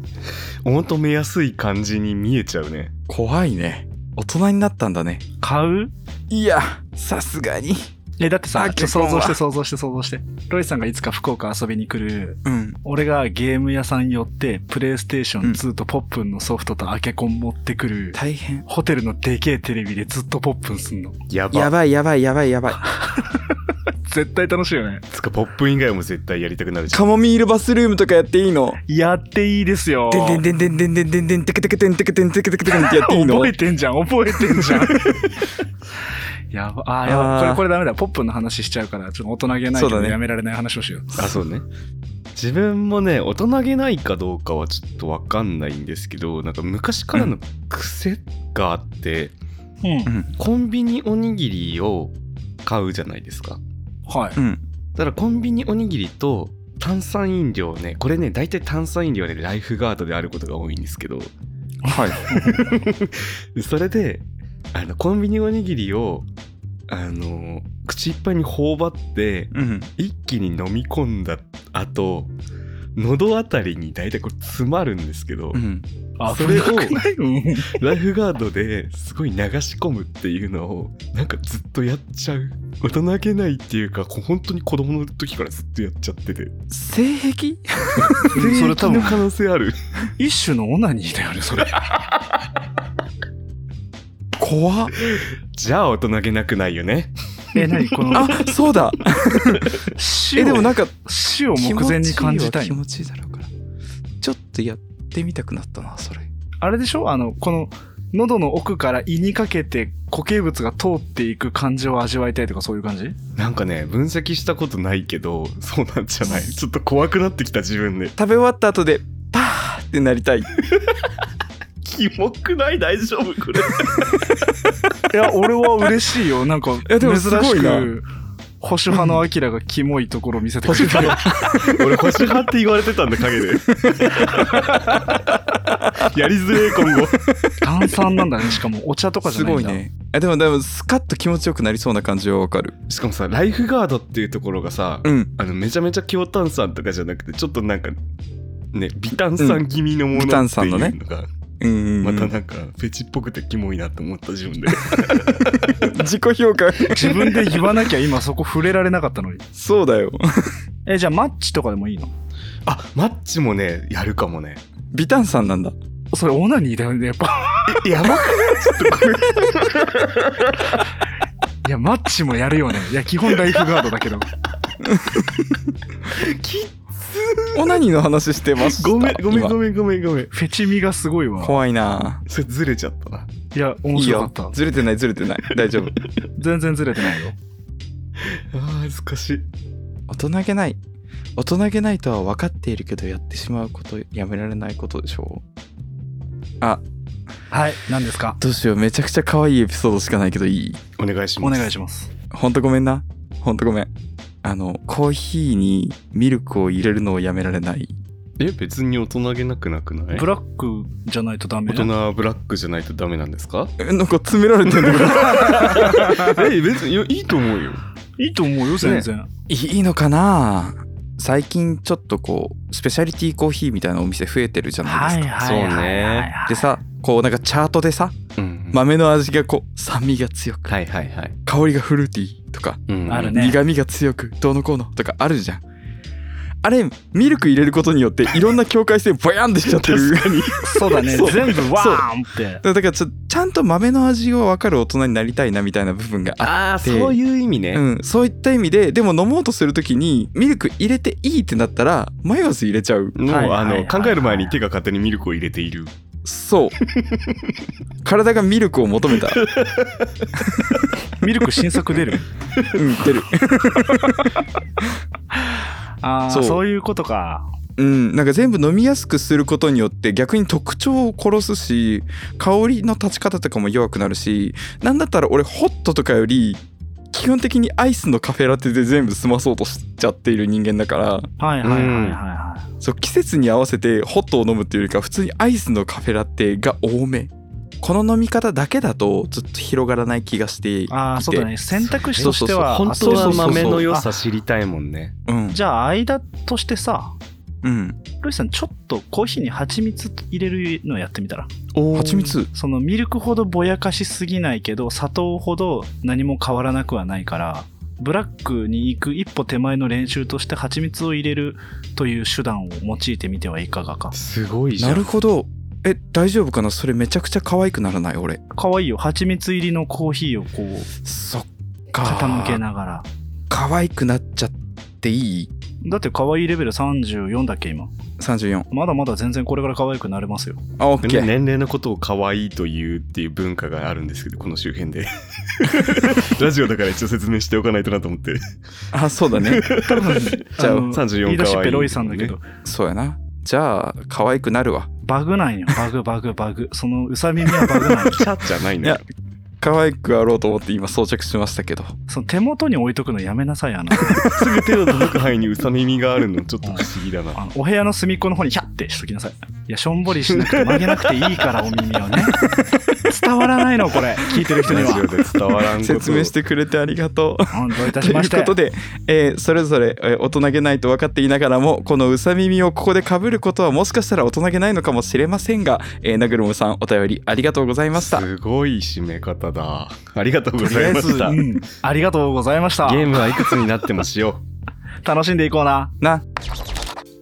求めやすい感じに見えちゃうね怖いね大人になったんだね買ういやさすがにえ、だってあさ、ちょ結婚想像はして想像して想像して。ロイさんがいつか福岡遊びに来る。うん俺がゲーム屋さん寄って、プレイステーション2とポップンのソフトとアケコン持ってくる。大変ホテルのでけえテレビでずっとポップンすんの。やばやばいやばいやばいやばい絶対楽しいよね。つかポップ以外も絶対やりたくなるじゃんカモミールバスルームとかやっていいのやっていいですよ。でんでんでんでんでんでんでんテクテクテンテクテンテクテクテクテンってやっていいの覚えてんじゃん、覚えてんじ [laughs] ゃん。やば、あーやばあーい、これ、これダメだ。ポップンの話しちゃうから、ちょっと大人げないそうけど、だねやめられない話をしよう。あそうね自分もね大人げないかどうかはちょっとわかんないんですけどなんか昔からの癖があって、うん。コンビニおにぎりを買うじゃないですかはい。うんだからコンビニおにぎりと炭酸飲料ねこれね大体炭酸飲料はねライフガードであることが多いんですけどはいそれであのコンビニおにぎりをあの口いっぱいに頬張ってうん一気に飲み込んだ後喉あたりに大体これ詰まるんですけど、うんあ、それを深くないうんライフガードですごい流し込むっていうのをなんかずっとやっちゃう大人げないっていうかこう本当に子供の時からずっとやっちゃってて性癖それ多分免疫の可能性ある一種のオナニーだよね、それ。怖っじゃあ大人げなくないよねえ、何こ [laughs] のあそうだ死えでもをなんか死を目前に感じたい気。持ちいいは気持ちいいだろうからちょっとやってみたくなったなそれあれでしょあの、この、喉の奥から胃にかけて固形物が通っていく感じを味わいたいとかそういう感じなんかね分析したことないけどそうなんじゃ [laughs] ないちょっと怖くなってきた自分で食べ終わった後でパーってなりたいキモくない大丈夫これいや、俺は嬉しいよ。なん [laughs] か、やでも珍すごしいなく、保守派のアキラがキモいところを見せてくれ [laughs] てる。俺星派って言われてたんだ陰 [laughs] でやりづれえ今後炭酸なんだね。しかもお茶とかじゃすないんごだ。いねあでもでもスカッと気持ちよくなりそうな感じはわかるしかもさライフガードっていうところがさ、うんあのめちゃめちゃ強炭酸とかじゃなくてちょっとなんかね微炭酸気味のものうってん微いう炭の酸のが、ねうんうんうまんたなんかフェチっぽくてキモいなと思った自 [laughs] 分で自己評価自分で言わなきゃ今そこ触れられなかったのに。そうだよえ、じゃあマッチとかでもいいのあマッチもねやるかもねビタンさんなんだそれオナニーだよね、やっぱ。えやばくないちょっとこれいや、マッチもやるよね。いや、基本ライフガードだけど。きオナニーの話してましたごめんごめん今ごめんごめんごめんフェチ味がすごいわ。怖いなそれずれちゃったないや、面いい白かよった。ずれてないずれ [laughs] てない大丈夫全然ずれてないよ。あー恥ずかしい大人げない大人げないとは分かっているけどやってしまうことやめられないことでしょうあはい、何ですかどうしようめちゃくちゃ可愛いエピソードしかないけどいいお願いしおます願いします。ほんとごめんなほんとごめんあのコーヒーにミルクを入れるのをやめられないえ別に大人げなくなくないブラックじゃないとダメ大人はブラックじゃないとダメなんですかえなんか詰められてんだけど [laughs] え別にいやいいと思うよいいと思うよ、全然。 [laughs] いいのかな最近ちょっとこうスペシャリティコーヒーみたいなお店増えてるじゃないですか、はいはいはいでさこうなんかチャートでさうん豆の味がこう酸味が強くはいはいはい、香りがフルーティーとか、うんあるね苦味が強くどうのこうのとかあるじゃんあれミルク入れることによっていろんな境界線ボヤンってしちゃってる [laughs] 確か [laughs] にそうだね、そう全部ワーンって。だからちょちゃんと豆の味を分かる大人になりたいなみたいな部分があっああてそういう意味ね、うん、そういった意味ででも飲もうとするときにミルク入れていいってなったら迷わず入れちゃうもう、はいはいはいはいあの考える前に手が勝手にミルクを入れているそう [laughs] 体がミルクを求めた、うミルク新作出るん、出る、ああ、そうそういうことか。うん、なんか全部飲みやすくすることによって逆に特徴を殺すし香りの立ち方とかも弱くなるしなんだったら俺ホットとかより基本的にアイスのカフェラテで全部済まそうとしちゃっている人間だからはいはいはいはいはい。そう季節に合わせてホットを飲むっていうよりかは普通にアイスのカフェラテが多めこの飲み方だけだとずっと広がらない気がしていてああ、そうだね。選択肢としては、そう本そう当そうは豆の良あさ知りたいもんねうんじゃあ、間としてさ、うんルイさん、ちょっとコーヒーに蜂蜜入れるのやってみたら。おー蜂蜜そのミルクほどぼやかしすぎないけど、砂糖ほど何も変わらなくはないから、ブラックに行く一歩手前の練習として蜂蜜を入れるという手段を用いてみてはいかがか。すごいじゃんなるほどえ大丈夫かなそれめちゃくちゃ可愛くならない俺かわいいよ。蜂蜜入りのコーヒーをこう、そっか傾けながら。可愛くなっちゃっていいだって可愛いレベル34だっけ今。 34まだまだ全然これから可愛くなれますよ。あオッケー、年齢のことを可愛いと言うっていう文化があるんですけどこの周辺 [laughs] でラジオだから一応説明しておかないとなと思ってあそうだね多分、じゃあの34言い出しっ可愛ぺいロイさんだけど、そうやなじゃあ可愛くなるわバグなんよ。バグバグバグ。そのうさ耳はバグなんよ。キャッじゃないいねや可愛くあろうと思って今装着しましたけどその手元に置いとくのやめなさい、あの。すぐ手の届く範囲にうさ耳があるのちょっと不思議だなあのお部屋の隅っこの方にヒャッてしときなさい。いや、しょんぼりしなくて曲げなくていいから、お耳をね。 [laughs] 伝わらないの、これ。聞いてる [laughs] 人にラジオは。で伝わらんこと説明してくれてありがとう。うんどういたといしまうして。ことで、えーそれぞれ、えー大人げないと分かっていながらもこのうさ耳をここでかぶることはもしかしたら大人げないのかもしれませんが、えーナグルムさんお便りありがとうございました。すごい締め方だありがとうごとりざあいえまず、したうゲん、ありがとうございました。ームはいくつになってもしよ楽しんでいこうな。な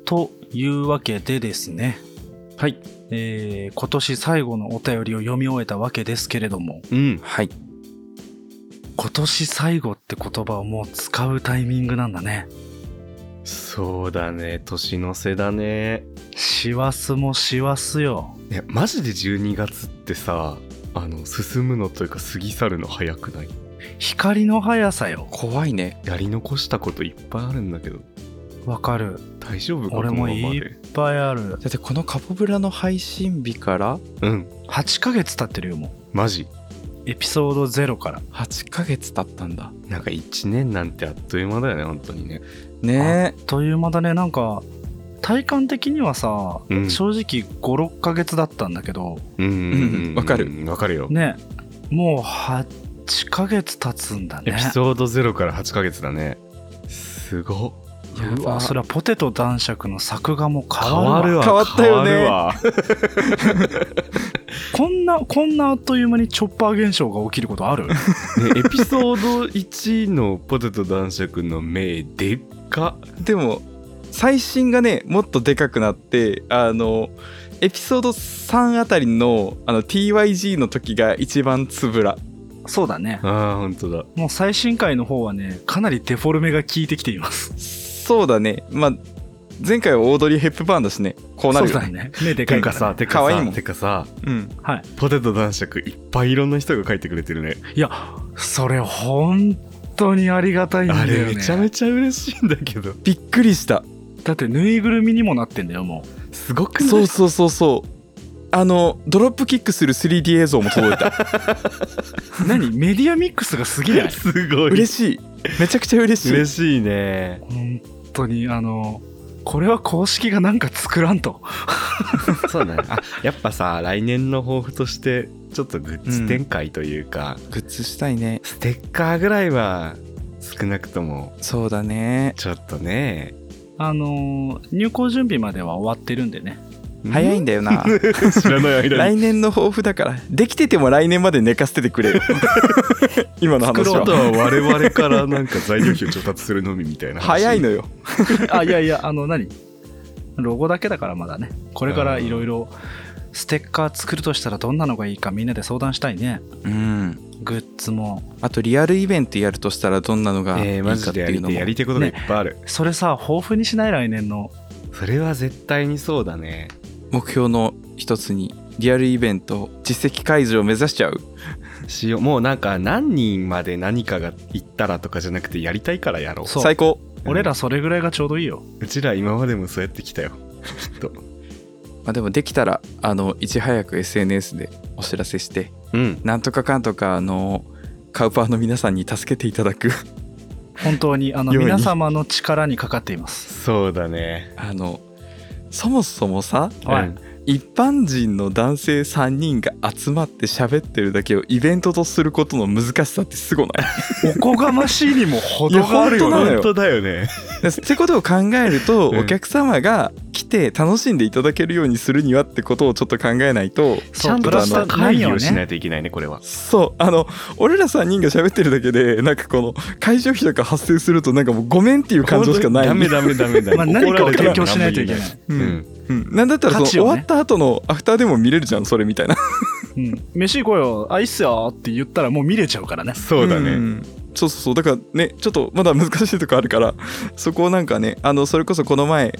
というわけでですね、うはいえー今年最後のお便りを読み終えたわけですけれども、うんはい今年最後って言葉をもう使うタイミングなんだね。そうだね年の瀬だね師走も師走よ。いやマジで12月ってさあの進むのというか過ぎ去るの早くない光の速さよ。怖いねやり残したこといっぱいあるんだけどわかる。大丈夫か俺もこのままいでっぱいある。だってこのカポブラの配信日からうん8ヶ月経ってるよ、もマジう。エピソード0から。 8ヶ月経ったんだなんか1年なんてあっという間だよね本当にねねという間だね、なんか、体感的にはさ、うん正直5、6ヶ月だったんだけど、うんうんうんわかるわかるよ、ね、もう8ヶ月経つんだね。エピソード0から8ヶ月だねすごっやばうわそれはポテト男爵の作画も変わるわ変わったよね変わるわこんなこんなあっという間にチョッパー現象が起きることあるねエピソード1のポテト男爵の目でっかでも最新がねもっとでかくなってあのエピソード3あたりのあの TYG の時が一番つぶらそうだねあー本当だもう最新回の方はねかなりデフォルメが効いてきていますそうだねまあ前回はオードリー・ヘップバーンだしねこうなるそようだねね目でかていかからささてか可愛いさもんてかさうんはいポテト男爵いっぱいいろんな人が書いてくれてるねいやそれ本当にありがたいんだあよ、ね、れめちゃめちゃ嬉しいんだけどびっくりしただってぬいぐるみにもなってんだよもすごくないそうそうそうそうあのドロップキックする 3D 映像も届いた [laughs] う何メディアミックスがすげえ [laughs] すごい [laughs] 嬉しいめちゃくちゃ嬉しい嬉しいね本当にあのこれは公式がなんか作らんとそうだね。あやっぱさ来年の抱負としてちょっとグッズ展開というか、グッズしたいねステッカーぐらいは少なくともそうだねちょっとねあの入校準備までは終わってるんでね早いんだよ [laughs] [laughs] な知らない間に来年の抱負だからできてても来年まで寝かせてて [laughs] くれよ今の作話ろあうとはは我々からなんか材料費を調達するのみみたいな話早いのよ [laughs] あいやいやあの何ロゴだけだからまだねこれからいろいろステッカー作るとしたらどんなのがいいかみんなで相談したいねうんグッズもあとリアルイベントやるとしたらどんなのがいえいー、かマっジてでやいうりのても、やりてえことがいっぱいある、それさ豊富にしない来年のそれは絶対にそうだね目標の一つにリアルイベント実績開示を目指しちゃうしようもうなんか何人まで何かが行ったらとかじゃなくてやりたいからやろうそう最高、俺らそれぐらいがちょうどいいようちら今までもそうやってきたよきっとまあ、でもできたらあのいち早く SNS でお知らせしてうんなんとかかんとかあのカウパーの皆さんに助けていただく [laughs] 本当にあのように皆様の力にかかっていますそうだねあのそもそもさはういん一般人の男性3人が集まって喋ってるだけをイベントとすることの難しさってすごないおこがましいにも程があるよいやね本当だよね [laughs] でってことを考えると、うんお客様が来て楽しんでいただけるようにするにはってことをちょっと考えないとちそゃうんプとラしスたの会議何ををしなねいといけないねこれはそうあの俺ら3人が喋ってるだけでなんかこの会場費とか発生するとなんかもうごめんっていう感情しかないダメダメダメダメ、まあ何かを [laughs] 怒られて提も供しないといけない何も言うえないんうん、なんだったらその、価値終をねわった後のアフターでも見れるじゃんそれみたいなうん飯行こうよあいいっすよって言ったらもう見れちゃうからねそうだね、んそうそうそうだからねちょっとまだ難しいとこあるから [laughs] そこをなんかねあのそれこそこの前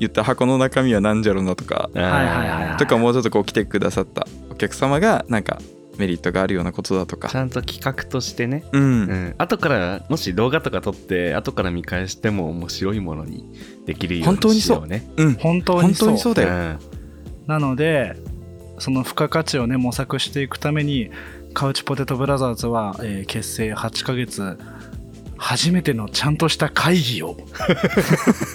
言った箱の中身は何じゃろうなとかはいはいはいはいはいとかもうちょっとこう来てくださったお客様がなんかメリットがあるようなことだとちかゃんと企画としてね、う、うんん、後からもし動画とか撮って後から見返しても面白いものにできるよう本当ににしそうようねうん、本当本にそ当うにそうだよ、なのでその付加価値をね模索していくためにカウチポテトブラザーズは、えー結成8ヶ月初めてのちゃんとした会議を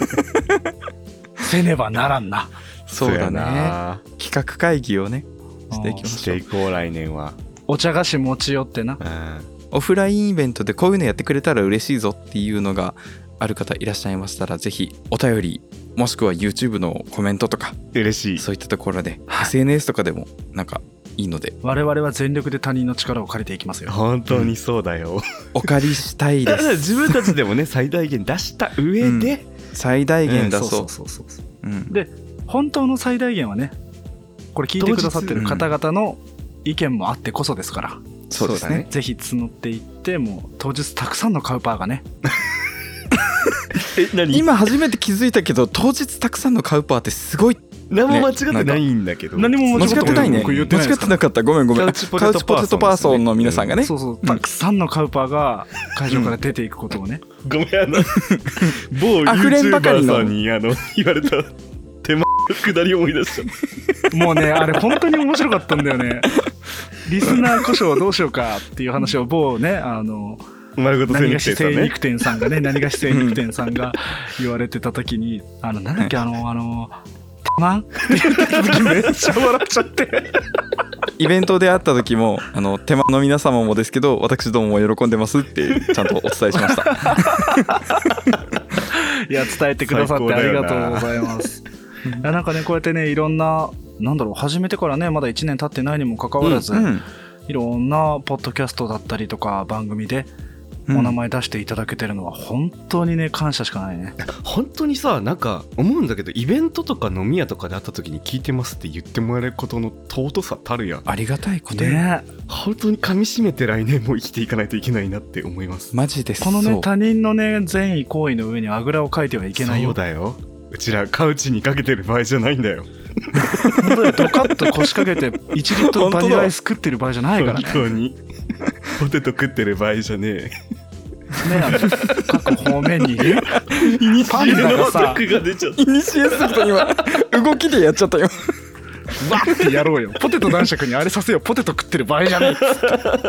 [laughs] せねばならんな。そうだやねな企画会議をねしていきまししょてういこう来年は、お茶菓子持ち寄ってな。うん、オフラインイベントでこういうのやってくれたら嬉しいぞっていうのがある方いらっしゃいましたらぜひお便りもしくは YouTube のコメントとか嬉しいそういったところで、はい SNS とかでもなんかいいので我々は全力で他人の力を借りていきますよ。本当にそうだよ、お借りしたいた [laughs] でだす [laughs] 自分たちでもね最大限出した上で、最大限だそそううそうそうそう。うんで本当の最大限はね、これ聞いてくださってる方々の意見もあってこそですから、そうですねぜひ募っていって、もう当日たくさんのカウパーがね、え何今初めて気づいたけど当日たくさんのカウパーってすごい何も間違ってないんだけど、ねなんか何間も違ってないね僕間違言っってないですてかなかったごめんごめんカウカウチチポポテトパーソンですねテトパーソンの皆さんがねそうそう、たくさんのカウパーが会場から出ていくことをね、 [laughs] ごめんあ [laughs] の某溢れんばかり YouTuber のさんにあの言われ [laughs] た手間くだり思い出したもうね、あれ、本当に面白かったんだよね。リスナー故障どうしようかっていう話を某ね、あの、丸ごと何千が日し手さ精んね肉店さんがね、何がし精肉店さんが言われてた時に、あの、なんだっけ、あの、あの、 [laughs] たまんって言った時めっちゃ笑っちゃって。イベントで会った時もあの手間の皆様もですけど私どもも喜んでますってちゃんとお伝えしました [laughs] いや、伝えてくださってありがとうございます。いや、なんかね、こうやってね、いろんな、なんだろう、始めてからね、まだ1年経ってないにもかかわらず、うんいろんなポッドキャストだったりとか番組で、お名前出していただけてるのは本当にね感謝しかないね本当にさなんか思うんだけどイベントとか飲み屋とかで会った時に聞いてますって言ってもらえることの尊さたるやありがたいことねね本当に噛み締めて来年も生きていかないといけないなって思いますマジでこのそねう他人のね善意行為の上にあぐらをかいてはいけないそようだようちらカウチにかけてる場合じゃないんだよ本当にドカッと腰掛けて1リットルバニラアイス食ってる場合じゃないから本ね当にポテト食ってる場合じゃねえねあの各方面に [laughs] ねイニシパンダがさが出ちゃっイニシエすぎた [laughs] 今動きでやっちゃったよわってやろうよポテト男爵にあれさせよポテト食ってる場合じゃないっつ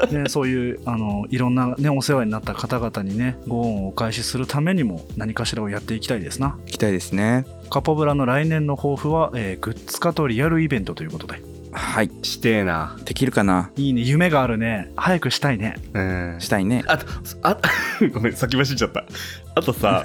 ってねそういうあのいろんなねお世話になった方々にねご恩をお返しするためにも何かしらをやっていきたいですな行きたいですねカポブラの来年の抱負は、えーグッズ化とリアルイベントということではいたしてえなできるかないいね夢があるね早くしたいねうんしたいねあとあごめん先走っちゃったあと [laughs] さ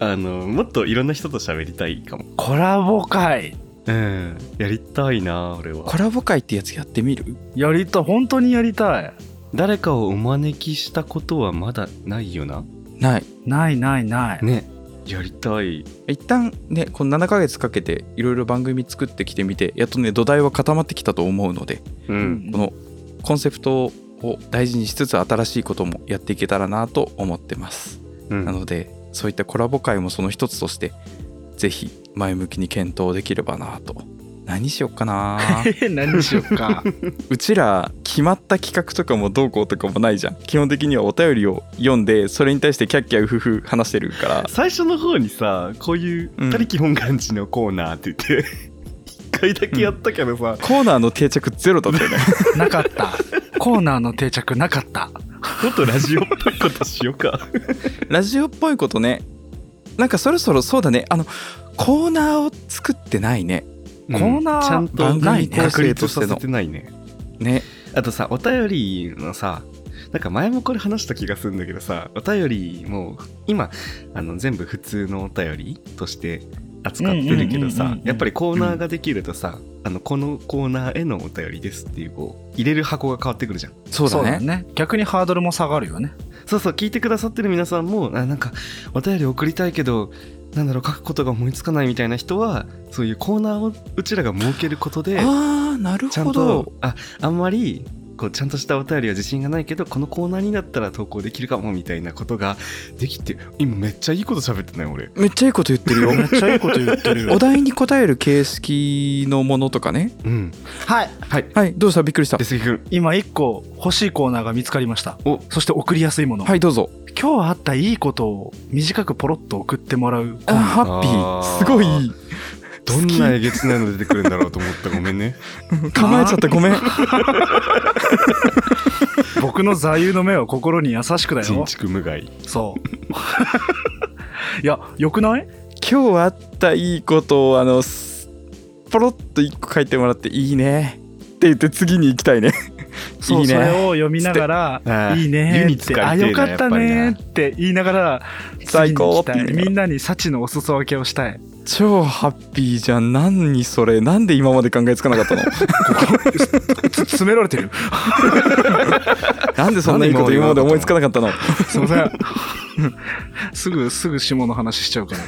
あのもっといろんな人と喋りたいかもコラボ会うんやりたいな俺はコラボ会ってやつやってみるやりたい本当にやりたい誰かをお招きしたことはまだないよなないないないない、ねやりたい一旦ねこの7ヶ月かけていろいろ番組作ってきてみてやっとね土台は固まってきたと思うのでううんこのコンセプトを大事にしつつ新しいこともやっていけたらなと思ってます、うんなのでそういったコラボ会もその一つとしてぜひ前向きに検討できればなと何しよっかな何にしよっかうちら決まった企画とかもどうこうとかもないじゃん基本的にはお便りを読んでそれに対してキャッキャウフフ話してるから最初の方にさこういうう「ん他力本願寺のコーナー」って言って [laughs] 一、回だけやったけどさ、コーナーの定着ゼロだったよね [laughs] なかったコーナーの定着なかったもっとラジオっぽいことしようかラジオっぽいことねなんかそろそろそうだねあのコーナーを作ってないねコーナーちゃんと番組構確成と立してさせのてないねねあとさお便りのさなんか前もこれ話した気がするんだけどさお便りも今あの全部普通のお便りとして扱ってうるけどんうんうんさうんうんやっぱりコーナーができるとさ、あのこのコーナーへのお便りですっていうこう入れる箱が変わってくるじゃんそうだね逆にハードルも下がるよねそうそう聞いてくださってる皆さんもあなんかお便り送りたいけどなんだろう書くことが思いつかないみたいな人はそういうコーナーをうちらが設けることでああなるちゃんほどとああんまりこうちゃんとしたお便りは自信がないけどこのコーナーになったら投稿できるかもみたいなことができて今めっちゃいいこと喋ってない俺めっちゃいいこと言ってる [laughs] よめっちゃいいこと言ってるおよ題に答える形式のものとかねうんはいはいはいどうしたびっくりした出杉君今1個欲しいコーナーが見つかりましたおそして送りやすいもの、はいどうぞ今日あったいいことを短くポロッと送ってもらうあハッピあーーすごいどんなえげつないの出てくるんだろうと思ったごめ [laughs] んね構えちゃったごめん僕の座右の銘は心に優しくだよ人畜無害 [laughs] そう。いや、よくない今日あったいいことをあのすポロッと1個書いてもらっていいねって言って次に行きたいね [laughs] そういいねそれを読みながあら「ーいいね」湯にっ浸て「かありてよえなかったやね」っぱりって言いながら最高次に行きたいみんなに幸のお裾分けをしたい超ハッピーじゃん何それなんで今まで考えつかなか [laughs] ったの詰められ [laughs] てるなんでそんないいこと今まで思いつかなかったのすいませんすぐすぐ下の話しちゃうから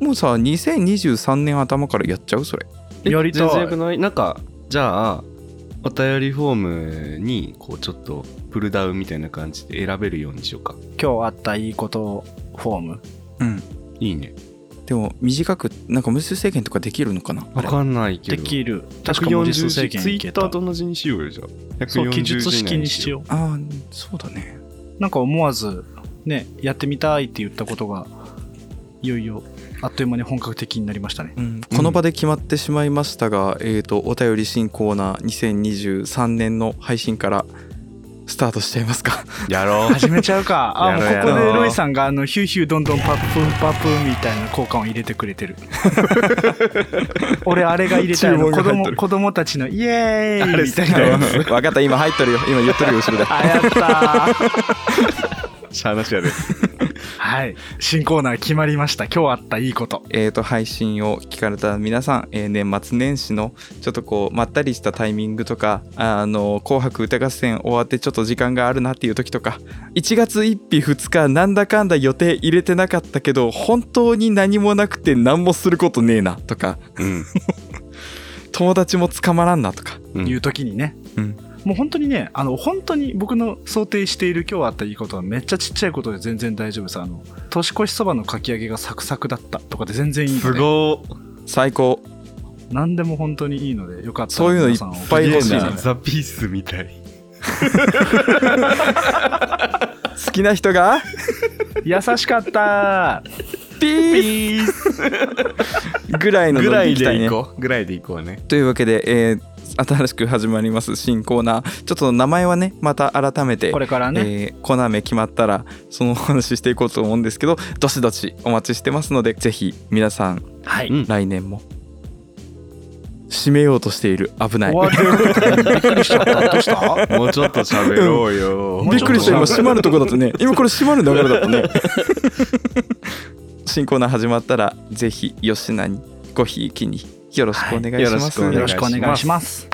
もうさ2023年頭からやっちゃうそれえやりたい全然よくないなんかじゃあお便りフォームにこうちょっとプルダウンみたいな感じで選べるようにしようか今日あったいいことフォームうんいいねでも短くなんか無数制限とかできるのかなあわれかんないけでどきる確か文字140数制字限ツイいけッターたと同じにしようよじゃあそう記述式にしうよあーそうだねうなんか思わずねやってみたいって言ったことがいよいよあっという間に本格的になりましたねうん、この場で決まってしまいましたが、えー、とお便り新コーナー2023年の配信からスタートしちゃいますかやろう始めちゃうかあやもうろうここやろでうロイさんがあのヒューヒューどんどんパップンパップンみたいな効果音入れてくれてる俺あれが入れたいの注文が子入って供る子供たちのイエーイみたいあれな好きだよ分かった今入っとるよ今言っとるよ後ろであやったー [laughs] しゃあなしやではい新コーナー決まりました今日あったいいことえーと配信を聞かれた皆さん、えー年末年始のちょっとこうまったりしたタイミングとかあの「紅白歌合戦」終わってちょっと時間があるなっていう時とか1月1日2日なんだかんだ予定入れてなかったけど本当に何もなくて何もすることねえなとかうん友達も捕まらんなとかうんいう時にね、うんもう本当にねあの本当に僕の想定している今日あったいいことはめっちゃちっちゃいことで全然大丈夫さあの年越しそばのかき揚げがサクサクだったとかで全然いいのすでご最高何でも本当にいいのでよかったらそういうのいっぱい皆飲んさだんお楽しーらみにザ・ピースみたい好きな人が優しかったピーピースぐらいのぐノらリいでいきたいでねい。こうぐらいでいこうねというわけで、えー新しく始まります新コーナーちょっと名前はねまた改めてこれからね、えーコーナー名決まったらそのお話ししていこうと思うんですけどどしどしお待ちしてますのでぜひ皆さんはい、うん来年も締めようとしている危ない終わるびっくりしちゃったどうしたもうちょっと喋ろうよもう [laughs] びっちょとくりした今もう閉まるとこだったね今これ閉まる流れだったね [laughs] 新コーナー始まったらぜひ吉菜にごひいきによろしくお願いします、はいよろしくお願いします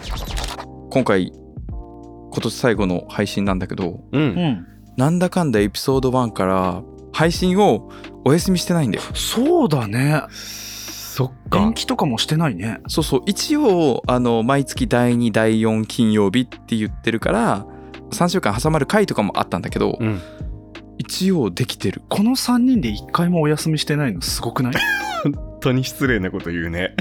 今回今年最後の配信なんだけどううんんなんだかんだエピソード1から配信をお休みしてないんだよそうだねそっか延期とかもしてないねそうそう一応あの毎月第2第4金曜日って言ってるから3週間挟まる回とかもあったんだけど、うん一応できてるこの3人で1回もお休みしてないのすごくない本当に失礼なこと言うね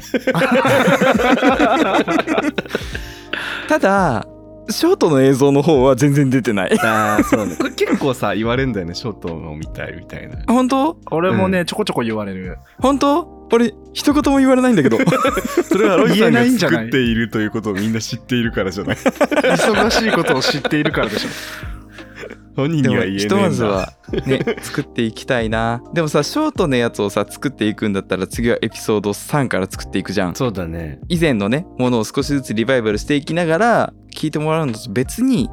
ただショートの映像の方は全然出てないああそう [laughs] ねこれ結構さ言われんだよねショートのみたいみたいな本当俺もね、ちょこちょこ言われる本当俺一言も言われないんだけ [laughs] どそれはロイ言さえんながいんじゃない作っているということをみんな知っているからじゃない忙しいことを知っているからでしょ [laughs] 本人でにもは言えねえひんとだまずはね作っていきたいなでもさショートのやつをさ作っていくんだったら次はエピソード3から作っていくじゃんそうだね以前のねものを少しずつリバイバルしていきながら聞いてもらうのと別に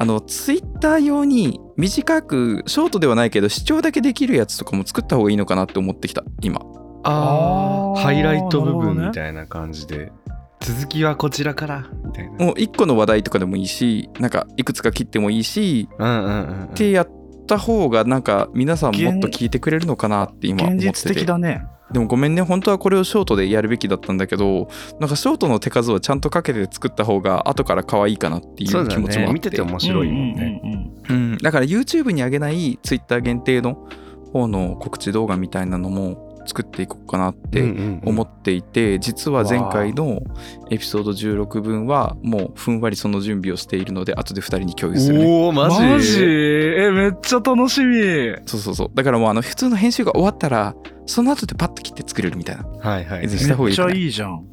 あのツイッター用に短くショートではないけど視聴だけできるやつとかも作った方がいいのかなって思ってきた今あーハイライトな部るほどね分みたいな感じで、続きはこちらからみたいなもう1個の話題とかでもいいしなんかいくつか切ってもいいしうんうんうんうんってやった方がなんか皆さんもっと聞いてくれるのかなって今思っ現てて実的だねでもごめんね本当はこれをショートでやるべきだったんだけどなんかショートの手数をちゃんとかけて作った方が後から可愛いかなっていそうう気だ持ちもあっねて見てて面白いもんね、うんうんうんうん、だから YouTube に上げない Twitter 限定の方の告知動画みたいなのも作っていこうかなって思っっていて、実は前回のエピソード16分はもうふんわりその準備をしているので後で2人に共有するね。おおマジマジえめっちゃ楽しみそうそうそうだからもうあの普通の編集が終わったらその後でパッと切って作れるみたいなはいはいぜひした方めがいっいちかなゃいいじゃん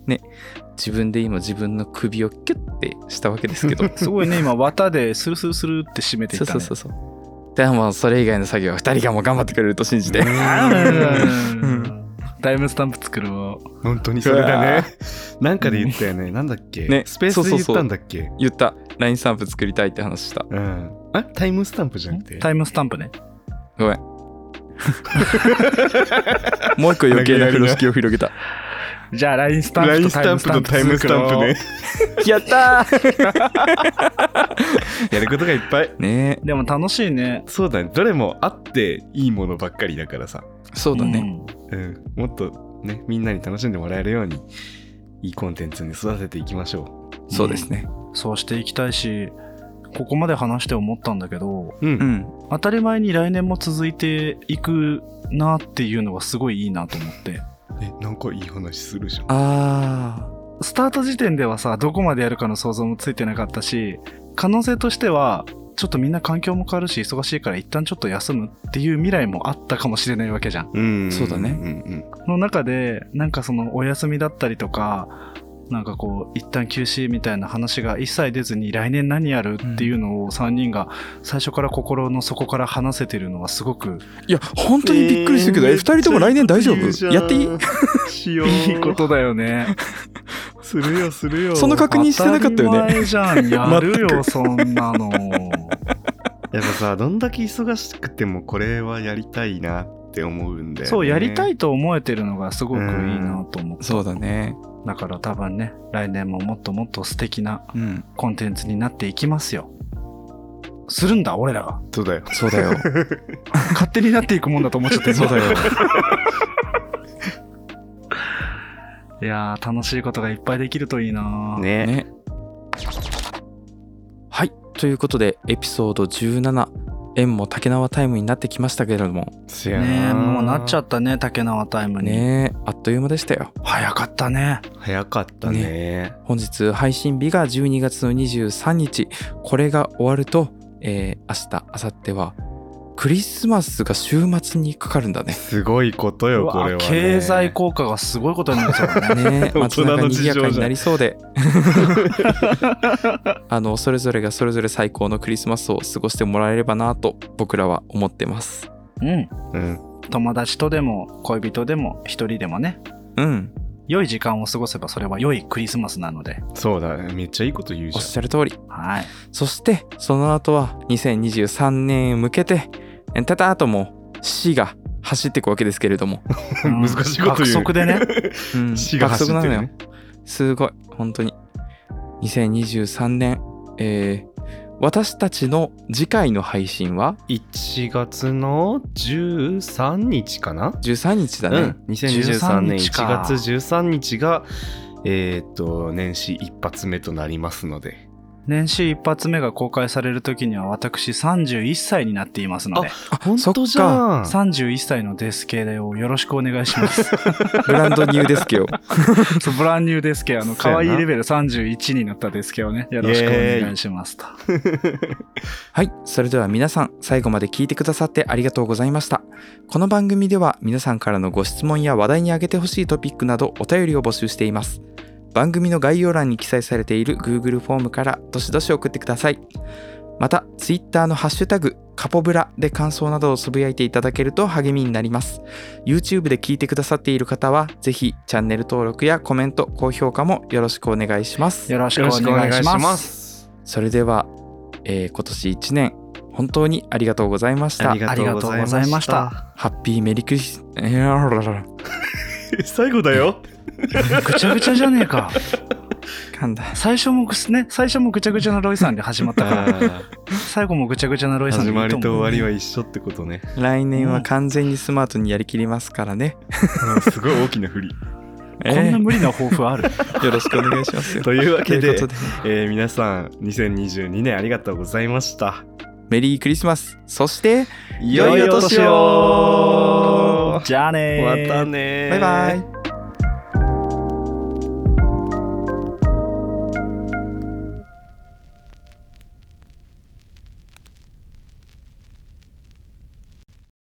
自分で今自分の首をキュッてしたわけですけどすごいね今綿でスルスルスルって締めてい [laughs] そっうたそねうそうそうでもそれ以外の作業は2人がもう頑張ってくれると信じてタイムスタンプ作るを本当にそれだうわね。 [laughs] なんかで言ったよね。なんだっけ、ねスペースで言ったんだっけ言った LINE スタンプ作りたいって話したうん。あタイムスタンプじゃなくて。タイムスタンプねごめんもう一個余計な風呂敷を広げたじゃあ LINE スタンラプインとスタンプとタイムスタンプね。やったーやることがいっぱい。ねでも楽しいねそうだね。どれもあっていいものばっかりだからさ。そうだね、うん。もっとね、みんなに楽しんでもらえるように、いいコンテンツに育てていきましょそうですねうんそうしていきたいしここまで話して思ったんだけどう。う。うんん当たり前に来年も続いていくなっていうのがすごいいいなと思ってえ、なんかいい話するじゃん。あスタート時点ではさどこまでやるかの想像もついてなかったし可能性としてはちょっとみんな環境も変わるし忙しいから一旦ちょっと休むっていう未来もあったかもしれないわけじゃん。うんそうだねね。の中でなんかそのお休みだったりとかなんかこう一旦休止みたいな話が一切出ずに来年何やるっていうのを3人が最初から心の底から話せてるのはすごくあいや本当にびっくりしたけど、え2人とも来年大丈夫やっていいしよう。いいことだよね。するよ、するよ。その [laughs] 確認してなかったよね当たり前じゃんやる全よそんなの。やっぱさ、どんだけ忙しくてもこれはやりたいなって思うんだよね。そうやりたいと思えてるのがすごくいいなと思ってそうだねだから多分ね来年ももっともっと素敵なうんコンテンツになっていきますよするんだ俺ら [laughs] がそうだよ。そう [laughs] だよ勝手になっていくもんだと思っちゃってそ [laughs] うだよいやー楽しいことがいっぱいできるといいなね。ね。はい。ということで、エピソード17、縁も竹縄タイムになってきましたけれども、せやなねえもうなっちゃったね竹縄タイムに、ねえ、あっという間でしたよ。早かったね早かったね本日配信日が12月の23日、これが終わると、えー、明日、明後日は、クリスマスが週末にかかるん [laughs] だね。すごいことうよ、これは、わね。経済効果がすごいことになりそうだねねえ、大街人の中事賑情じゃやんかになりそ [laughs] うで。あの、それぞれがそれぞれ最高のクリスマスを過ごしてもらえればなと、僕らは思ってます。うんうん。友達とでも恋人でも一人でもねうん。良い時間を過ごせばそれは良いクリスマスなのでそうだね。めっちゃいいこと言うおじっしゃる通り。はいそして、その後は2023年へ向けて、えたたーとも死が走っていくわけですけれども。ゃん。難しいこと言う。爆速で [laughs] ね。うん死が走ってるね爆速なのよ。すごい、本当に。2023年、えー私たちの次回の配信は1月の13日かな13日だね。うん。2023年13 1か月13日が、えーっと、年始一発目となりますので。年始一発目が公開される時には私31歳になっていますのであ、本そっ当じか。ゃん。 31歳のデスケをよろしくお願いします [laughs] ブランドニューですけど。そうブランニューデスケあのそうや可な愛いレベル31になったデスケをねよろしくお願いしますとはい。それでは皆さん、最後まで聞いてくださってありがとうございました。この番組では皆さんからのご質問や話題に挙げてほしいトピックなどお便りを募集しています。番組の概要欄に記載されている Google フォームからどしどし送ってください。また、Twitter のハッシュタグ、カポブラで感想などをつぶやいていただけると励みになります。YouTube で聞いてくださっている方は、ぜひチャンネル登録やコメント、高評価もよろしくお願いします。よろしよくおろしくお願願いいししまますす。それでは、えー今年1年本当にありがとうございました。がとうございましたありがとうございました。ハッピーメリークリス、えーあららら最後だ [laughs] よ。ぐちゃぐちゃじゃねえか噛んだ。最初もね最初もぐちゃぐちゃなロイさんで始まった [laughs] から最後もぐちゃぐちゃなロイさんで始いいと思まうりと終わりは一緒ってことね。来年は完全にスマートにやりきりますからね。 [laughs] すごい大きな振り。えこんなー無理な抱負あるよろしくお願いします [laughs] よ。というわけといでうことでえー皆さん2022年ありがとうございました。メリークリスマス。そして、良いお年をじゃあねーまたねーバイバイ。